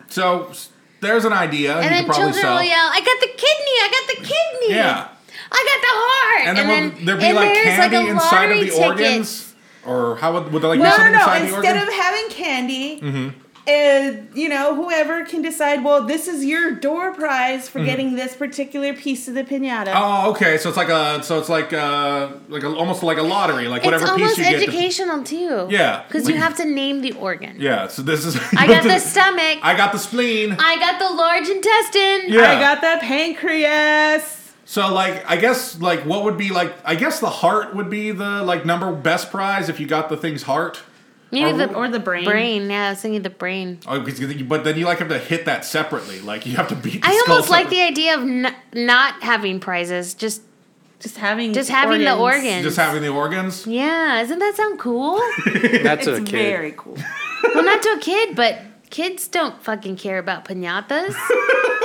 Speaker 1: So s- there's an idea. Oh, you
Speaker 3: And then
Speaker 1: could probably
Speaker 3: children
Speaker 1: sell.
Speaker 3: will yell, "I got the kidney! I got the kidney!
Speaker 1: Yeah.
Speaker 3: I got the heart!"
Speaker 1: And then, would there be like candy inside of the organs? Or how would, would there like be
Speaker 2: No, no,
Speaker 1: something
Speaker 2: no.
Speaker 1: inside the
Speaker 2: Instead
Speaker 1: organs?
Speaker 2: of having candy,
Speaker 1: Mm-hmm.
Speaker 2: uh, you know, whoever can decide, well, this is your door prize for getting this particular piece of the pinata.
Speaker 1: Mm-hmm. Oh, okay. So it's like a, so it's like a, like a, almost like a lottery, like
Speaker 3: It's
Speaker 1: whatever piece
Speaker 3: almost
Speaker 1: you get. to-
Speaker 3: educational too.
Speaker 1: Yeah.
Speaker 3: because you have to name the organ.
Speaker 1: yeah. So this is.
Speaker 3: I
Speaker 1: <laughs>
Speaker 3: got the stomach. I,
Speaker 1: I got the spleen.
Speaker 3: got the large intestine.
Speaker 1: Yeah.
Speaker 2: I got the pancreas.
Speaker 1: So like, I guess like what would be like? I guess the heart would be the like number best prize if you got the thing's heart.
Speaker 3: Maybe
Speaker 1: Or-
Speaker 3: the
Speaker 2: or the brain.
Speaker 3: Brain. Yeah, I was thinking the brain.
Speaker 1: Oh, 'cause you- but then you like have to hit that separately. Like you have to beat. The
Speaker 3: I
Speaker 1: skull
Speaker 3: almost like
Speaker 1: separate-
Speaker 3: the idea of n- not having prizes. Just
Speaker 2: Just having
Speaker 3: just having the organs.
Speaker 1: just having the organs.
Speaker 3: Yeah, doesn't that sound cool?
Speaker 8: Not to a
Speaker 2: It's
Speaker 8: kid.
Speaker 2: very cool.
Speaker 3: well, not to a kid, but kids don't fucking care about
Speaker 1: <laughs>
Speaker 3: pinatas.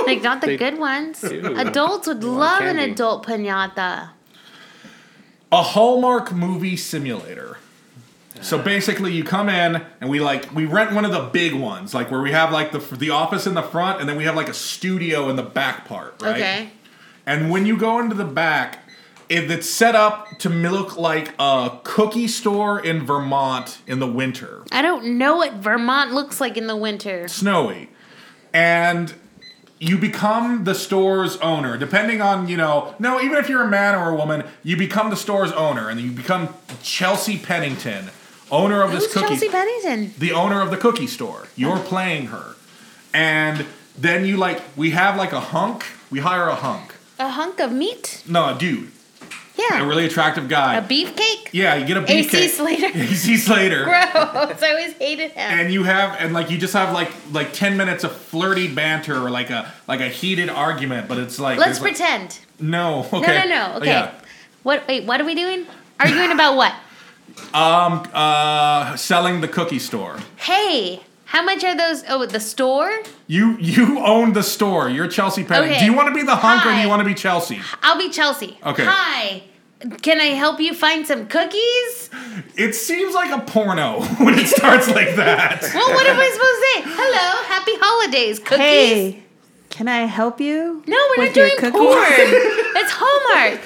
Speaker 3: like not the
Speaker 8: They
Speaker 3: good ones.
Speaker 8: do.
Speaker 3: Adults would
Speaker 8: want
Speaker 3: love an
Speaker 8: candy.
Speaker 3: adult pinata.
Speaker 1: A Hallmark movie simulator. So basically, you come in and we like we rent one of the big ones, like where we have like the the office in the front, and then we have like a studio in the back part, right?
Speaker 3: Okay.
Speaker 1: And when you go into the back, it, it's set up to look like a cookie store in Vermont in the winter.
Speaker 3: I don't know what Vermont looks like in the winter.
Speaker 1: snowy and you become the store's owner depending on you know no even if you're a man or a woman you become the store's owner and you become chelsea pennington owner of
Speaker 3: Who's
Speaker 1: this cookie
Speaker 3: Chelsea Oh. Pennington?
Speaker 1: the owner of the cookie store you're playing her and then you like we have like a hunk we hire a hunk
Speaker 3: A hunk of meat?
Speaker 1: no a dude
Speaker 3: Yeah.
Speaker 1: a really attractive guy
Speaker 3: a beefcake?
Speaker 1: yeah you get <laughs> a
Speaker 3: AC
Speaker 1: beefcake
Speaker 3: Slater. <laughs>
Speaker 1: ac slater
Speaker 3: Gross. I always hated him.
Speaker 1: and you have and like you just have like like 10 minutes of flirty banter or like a like a heated argument but it's like
Speaker 3: Let's
Speaker 1: there's, like-
Speaker 3: pretend.
Speaker 1: no okay. Oh,
Speaker 3: No, no, no. Okay.
Speaker 1: yeah
Speaker 3: What? Wait, what are we doing? Arguing
Speaker 1: <laughs>
Speaker 3: about what?
Speaker 1: um uh selling the cookie store
Speaker 3: Hey, how much are those? Oh, the store?
Speaker 1: you you own the store you're chelsea Pennington.
Speaker 3: Okay.
Speaker 1: do you want to be the hunk or do
Speaker 3: Hi.
Speaker 1: you want to be chelsea
Speaker 3: I'll be Chelsea.
Speaker 1: Okay.
Speaker 3: Hi. Can I help you find some cookies?
Speaker 1: it seems like a porno <laughs> when it starts like that
Speaker 3: Well, what am
Speaker 1: <laughs>
Speaker 3: I supposed to say? Hello, happy holidays, cookies.
Speaker 2: Hey, can I help you?
Speaker 3: No, we're
Speaker 2: with
Speaker 3: not
Speaker 2: your
Speaker 3: doing
Speaker 2: cookies? <laughs>
Speaker 3: porn. It's Hallmark.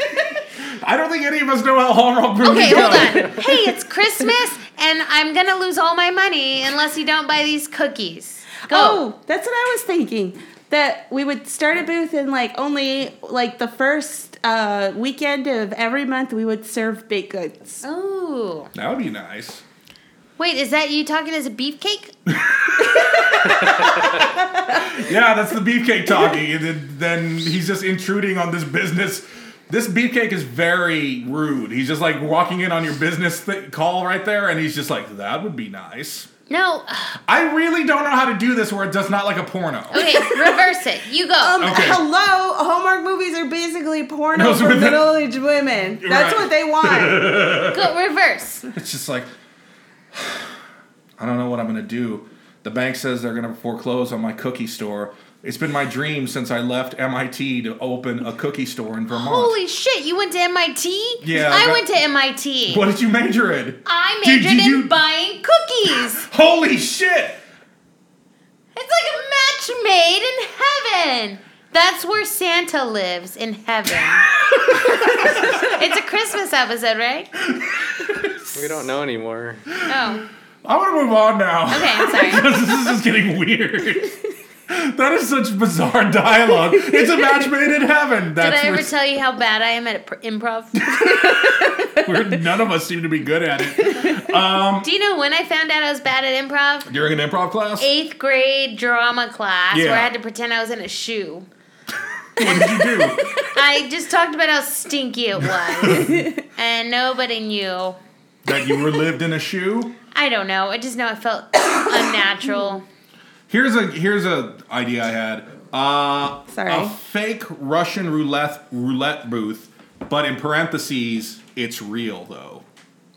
Speaker 1: i don't think any of us know how hallmark movies
Speaker 3: Okay,
Speaker 1: go
Speaker 3: hold on. Hey, it's Christmas, and I'm gonna lose all my money unless you don't buy these cookies. Go.
Speaker 2: <laughs> Oh, that's what I was thinking. That we would start a booth and like only like the first uh, weekend of every month we would serve baked goods.
Speaker 3: Ooh.
Speaker 1: that would be nice
Speaker 3: Oh. Wait, is that you talking as a beefcake?
Speaker 1: Yeah, that's the beefcake talking. And then, then he's just intruding on this business. This beefcake is very rude. He's just like walking in on your business th- call right there, and he's just like, "That would be nice."
Speaker 3: No. <sighs>
Speaker 1: I really don't know how to do this where it does not like a porno.
Speaker 3: Okay, reverse it. You go.
Speaker 2: Um,
Speaker 1: Okay.
Speaker 2: hello, Hallmark movies are basically porno
Speaker 1: No, so
Speaker 2: for
Speaker 1: that-
Speaker 2: middle-aged women. That's
Speaker 1: Right.
Speaker 2: what
Speaker 1: <laughs>
Speaker 2: they want.
Speaker 3: go reverse.
Speaker 1: It's just like, <sighs> I don't know what I'm gonna do. The bank says they're gonna foreclose on my cookie store. It's been my dream since I left MIT to open a cookie store in Vermont.
Speaker 3: Holy shit, you went to MIT?
Speaker 1: Yeah,
Speaker 3: I
Speaker 1: but-
Speaker 3: went to MIT.
Speaker 1: what did you major in?
Speaker 3: I
Speaker 1: Did-
Speaker 3: majored
Speaker 1: did
Speaker 3: in
Speaker 1: you- <laughs>
Speaker 3: buying cookies.
Speaker 1: Holy shit!
Speaker 3: it's like a match made in heaven. That's where Santa lives
Speaker 1: <laughs>
Speaker 3: in heaven. it's a Christmas episode, right?
Speaker 8: We don't know anymore.
Speaker 3: Oh,
Speaker 1: I want to move on now.
Speaker 3: okay, I'm sorry.
Speaker 1: this is just getting weird. That is such bizarre dialogue. It's a match made in heaven.
Speaker 3: Did I
Speaker 1: That's
Speaker 3: ever
Speaker 1: res-
Speaker 3: tell you how bad I am at pr- improv?
Speaker 1: where none of us seem to be good at it.
Speaker 3: Do you know when I found out I was bad at improv?
Speaker 1: During an improv class,
Speaker 3: Eighth grade drama class where
Speaker 1: Yeah.
Speaker 3: I had to pretend I was in a shoe.
Speaker 1: <laughs> what did you do?
Speaker 3: I just talked about how stinky it was,
Speaker 1: <laughs>
Speaker 3: and nobody knew.
Speaker 1: That you were lived in a shoe?
Speaker 3: I don't know. I just know it felt unnatural.
Speaker 1: Here's a here's a idea I had. Uh,
Speaker 2: Sorry.
Speaker 1: A fake Russian roulette roulette booth, but in parentheses, it's real though.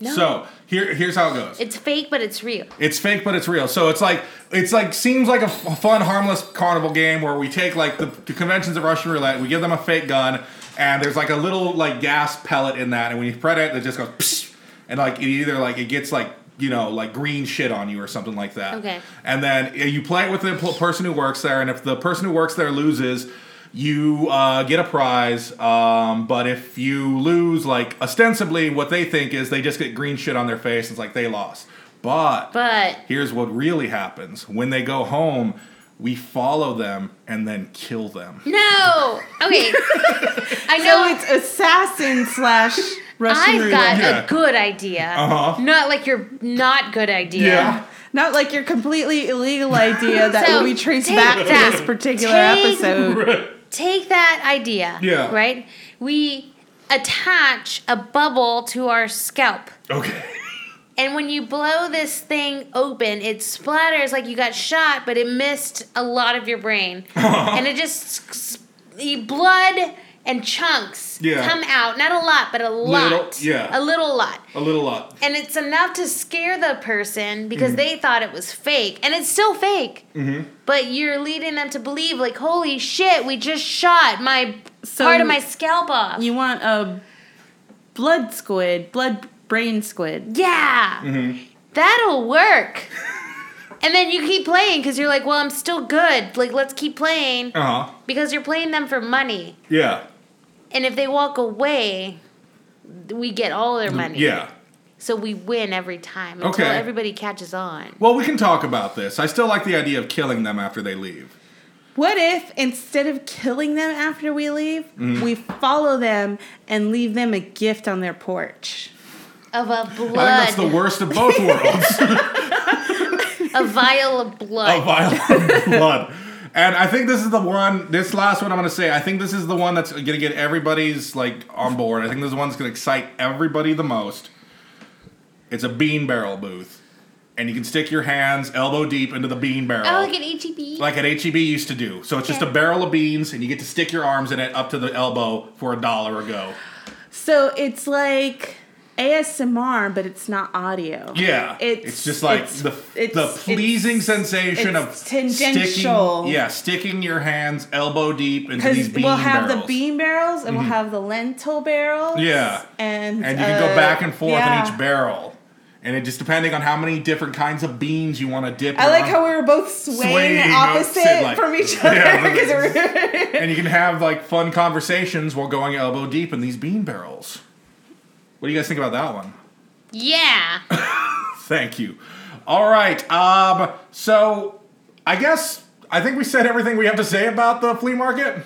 Speaker 1: So here here's how it goes.
Speaker 3: It's fake, but it's real.
Speaker 1: It's fake, but it's real. So it's like it's like seems like a f- fun, harmless carnival game where we take like the, the conventions of Russian roulette. We give them a fake gun, and there's like a little like gas pellet in that, and when you spread it, it just goes, psh, and like it either like it gets like you know like green shit on you or something like that.
Speaker 3: Okay.
Speaker 1: And then uh, you play it with the pl- person who works there, and if the person who works there loses, you uh, get a prize. Um, but if you lose, like ostensibly, what they think is they just get green shit on their face. It's like they lost. But,
Speaker 3: But
Speaker 1: here's what really happens when they go home. We follow them and then kill them.
Speaker 3: no. Okay. I
Speaker 2: So
Speaker 3: know.
Speaker 2: it's assassin slash Russian
Speaker 3: I've
Speaker 2: roulette.
Speaker 3: got
Speaker 1: Yeah.
Speaker 3: a good idea.
Speaker 1: Uh-huh.
Speaker 3: Not like your not good idea.
Speaker 2: Not like your completely illegal
Speaker 3: <laughs>
Speaker 2: idea that
Speaker 3: So,
Speaker 2: will be traced
Speaker 3: take
Speaker 2: back
Speaker 3: that.
Speaker 2: to this particular
Speaker 3: Take- <laughs>
Speaker 2: episode.
Speaker 3: Take that idea.
Speaker 1: Yeah.
Speaker 3: Right? We attach a bubble to our scalp.
Speaker 1: Okay.
Speaker 3: And when you blow this thing open, it splatters like you got shot, but it missed a lot of your brain. <laughs>
Speaker 1: Uh-huh.
Speaker 3: and it just s- the blood and chunks
Speaker 1: Yeah.
Speaker 3: come out. Not a lot, but a lot.
Speaker 1: yeah.
Speaker 3: A little lot.
Speaker 1: A little up.
Speaker 3: And it's enough to scare the person
Speaker 1: Mm-hmm.
Speaker 3: because they thought it was fake. And it's still fake. But you're leading them to believe, like, holy shit, we just shot my
Speaker 2: So
Speaker 3: part of my scalp off.
Speaker 2: You want a blood squid, blood brain squid.
Speaker 3: Yeah.
Speaker 1: Mm-hmm. <laughs>
Speaker 3: That'll work. and then you keep playing because you're like, well, I'm still good. Like, let's keep playing
Speaker 1: Uh huh.
Speaker 3: because you're playing them for money.
Speaker 1: Yeah.
Speaker 3: And if they walk away, we get all their money.
Speaker 1: Yeah.
Speaker 3: So we win every time until
Speaker 1: Okay.
Speaker 3: everybody catches on.
Speaker 1: Well, we can talk about this. I still like the idea of killing them after they leave.
Speaker 2: What if instead of killing them after we leave,
Speaker 1: Mm-hmm.
Speaker 2: we follow them and leave them a gift on their porch?
Speaker 3: Of a
Speaker 1: I think that's the
Speaker 3: blood,
Speaker 1: worst of both worlds.
Speaker 3: a vial of
Speaker 1: a
Speaker 3: blood.
Speaker 1: vial of <laughs> blood. And I think this is the one. This last one I'm going to say. I think this is the one that's going to get everybody's like on board. I think this is the one that's going to excite everybody the most. It's a bean barrel booth, and you can stick your hands elbow deep into the bean barrel.
Speaker 3: Oh, like an HEB.
Speaker 1: like an HEB used to do. So it's just a barrel of beans, and you get to stick your arms in it up to the elbow for a dollar a go.
Speaker 2: So it's like ASMR, but it's not audio.
Speaker 1: Yeah,
Speaker 2: It's-
Speaker 1: it's just like
Speaker 2: it's-
Speaker 1: the
Speaker 2: it's-
Speaker 1: the pleasing
Speaker 2: it's-
Speaker 1: sensation
Speaker 2: it's
Speaker 1: of
Speaker 2: tangential.
Speaker 1: Sticking, yeah, sticking your hands elbow deep into these
Speaker 2: Because
Speaker 1: bean
Speaker 2: we'll have
Speaker 1: barrels. Mm-hmm.
Speaker 2: the bean barrels and we'll have the lentil barrels.
Speaker 1: Yeah.
Speaker 2: And,
Speaker 1: and you can
Speaker 2: uh,
Speaker 1: go back and forth in
Speaker 2: yeah.
Speaker 1: each barrel, and it just depending on how many different kinds of beans you want to dip.
Speaker 2: I
Speaker 1: your
Speaker 2: like
Speaker 1: arm-
Speaker 2: how we were both swaying,
Speaker 1: Swaying
Speaker 2: opposite
Speaker 1: opposite, like-
Speaker 2: from each other
Speaker 1: Yeah, but-
Speaker 2: because we're
Speaker 1: and you can have like fun conversations while going elbow deep in these bean barrels. What do you guys think about that one?
Speaker 3: yeah.
Speaker 1: Thank you. All right. Um, so I guess I think we said everything we have to say about the flea market.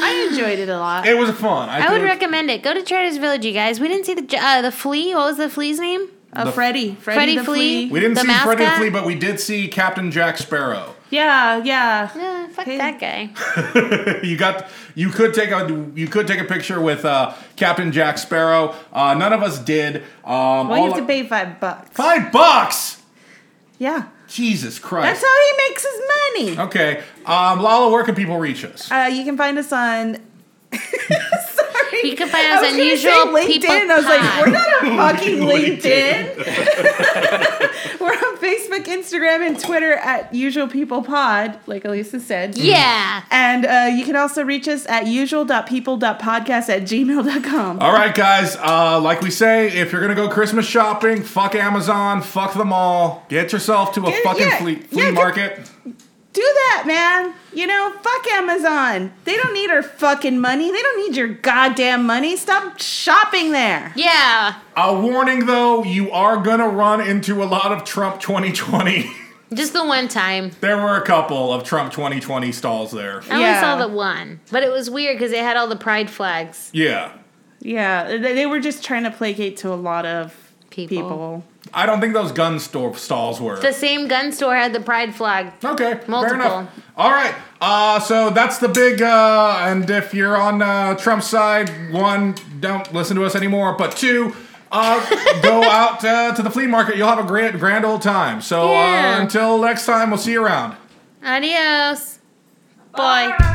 Speaker 2: I enjoyed it a
Speaker 1: <laughs>
Speaker 2: lot.
Speaker 1: It was fun.
Speaker 3: I would
Speaker 1: think-
Speaker 3: recommend it. Go to Trader's Village, you guys. We didn't see the j- uh, the flea. What was the flea's name?
Speaker 2: Uh,
Speaker 1: The-
Speaker 2: Freddy, Freddy,
Speaker 3: Freddy
Speaker 2: the
Speaker 3: Flea?
Speaker 2: Flea.
Speaker 1: We didn't
Speaker 3: the
Speaker 1: see Freddy the
Speaker 3: mascot?
Speaker 1: Flea, but we did see Captain Jack Sparrow. <laughs>
Speaker 2: Yeah, yeah.
Speaker 3: Uh, fuck
Speaker 2: Hey.
Speaker 3: that guy.
Speaker 1: you got you could take a you could take a picture with uh, Captain Jack Sparrow. Uh, none of us did. Um,
Speaker 2: Well, you
Speaker 1: all-
Speaker 2: have to pay five bucks.
Speaker 1: five bucks.
Speaker 2: Yeah,
Speaker 1: Jesus
Speaker 2: that's
Speaker 1: Christ.
Speaker 2: how he makes his money.
Speaker 1: okay, um, Lala, where can people reach us?
Speaker 2: Uh, you can find us on.
Speaker 1: <laughs>
Speaker 2: Sorry,
Speaker 3: You can find us
Speaker 2: I was
Speaker 3: on
Speaker 2: gonna
Speaker 3: Usual
Speaker 2: say
Speaker 3: People
Speaker 2: LinkedIn. I was
Speaker 3: Pod.
Speaker 2: like, we're not on
Speaker 1: <laughs>
Speaker 2: fucking LinkedIn. <laughs> we're on Facebook, Instagram, and Twitter at Usual People Pod, like Elisa said.
Speaker 3: Yeah.
Speaker 2: And uh, you can also reach us at usual.people.podcast at gmail.com.
Speaker 1: All right, guys. Uh, like we say, if you're gonna go Christmas shopping, fuck Amazon, fuck the mall, get yourself to a
Speaker 2: Get-
Speaker 1: fucking
Speaker 2: yeah,
Speaker 1: flea,
Speaker 2: yeah,
Speaker 1: flea
Speaker 2: get-
Speaker 1: market.
Speaker 2: Do that, man. You know, fuck Amazon. They don't need our fucking money. They don't need your goddamn money. Stop shopping there.
Speaker 3: Yeah.
Speaker 1: <laughs> A warning, though, you are gonna run into a lot of Trump 2020.
Speaker 3: Just the one time.
Speaker 1: There were a couple of Trump 2020 stalls there.
Speaker 3: I only
Speaker 7: Yeah.
Speaker 3: saw the one, but it was weird because it had all the pride flags.
Speaker 1: Yeah.
Speaker 7: Yeah, they, they were just trying to placate to a lot of
Speaker 3: People.
Speaker 7: people.
Speaker 1: I don't think those gun store stalls were.
Speaker 3: The same gun store had the pride flag.
Speaker 1: Okay, fair
Speaker 3: Multiple.
Speaker 1: enough. All right, uh, so that's the big. Uh, and if you're on uh, Trump's side, one, don't listen to us anymore. But two,
Speaker 3: <laughs>
Speaker 1: uh, go out uh, to the flea market. You'll have a grand, grand old time. So
Speaker 3: Yeah.
Speaker 1: uh, until next time, we'll see you around.
Speaker 3: Adios. Bye.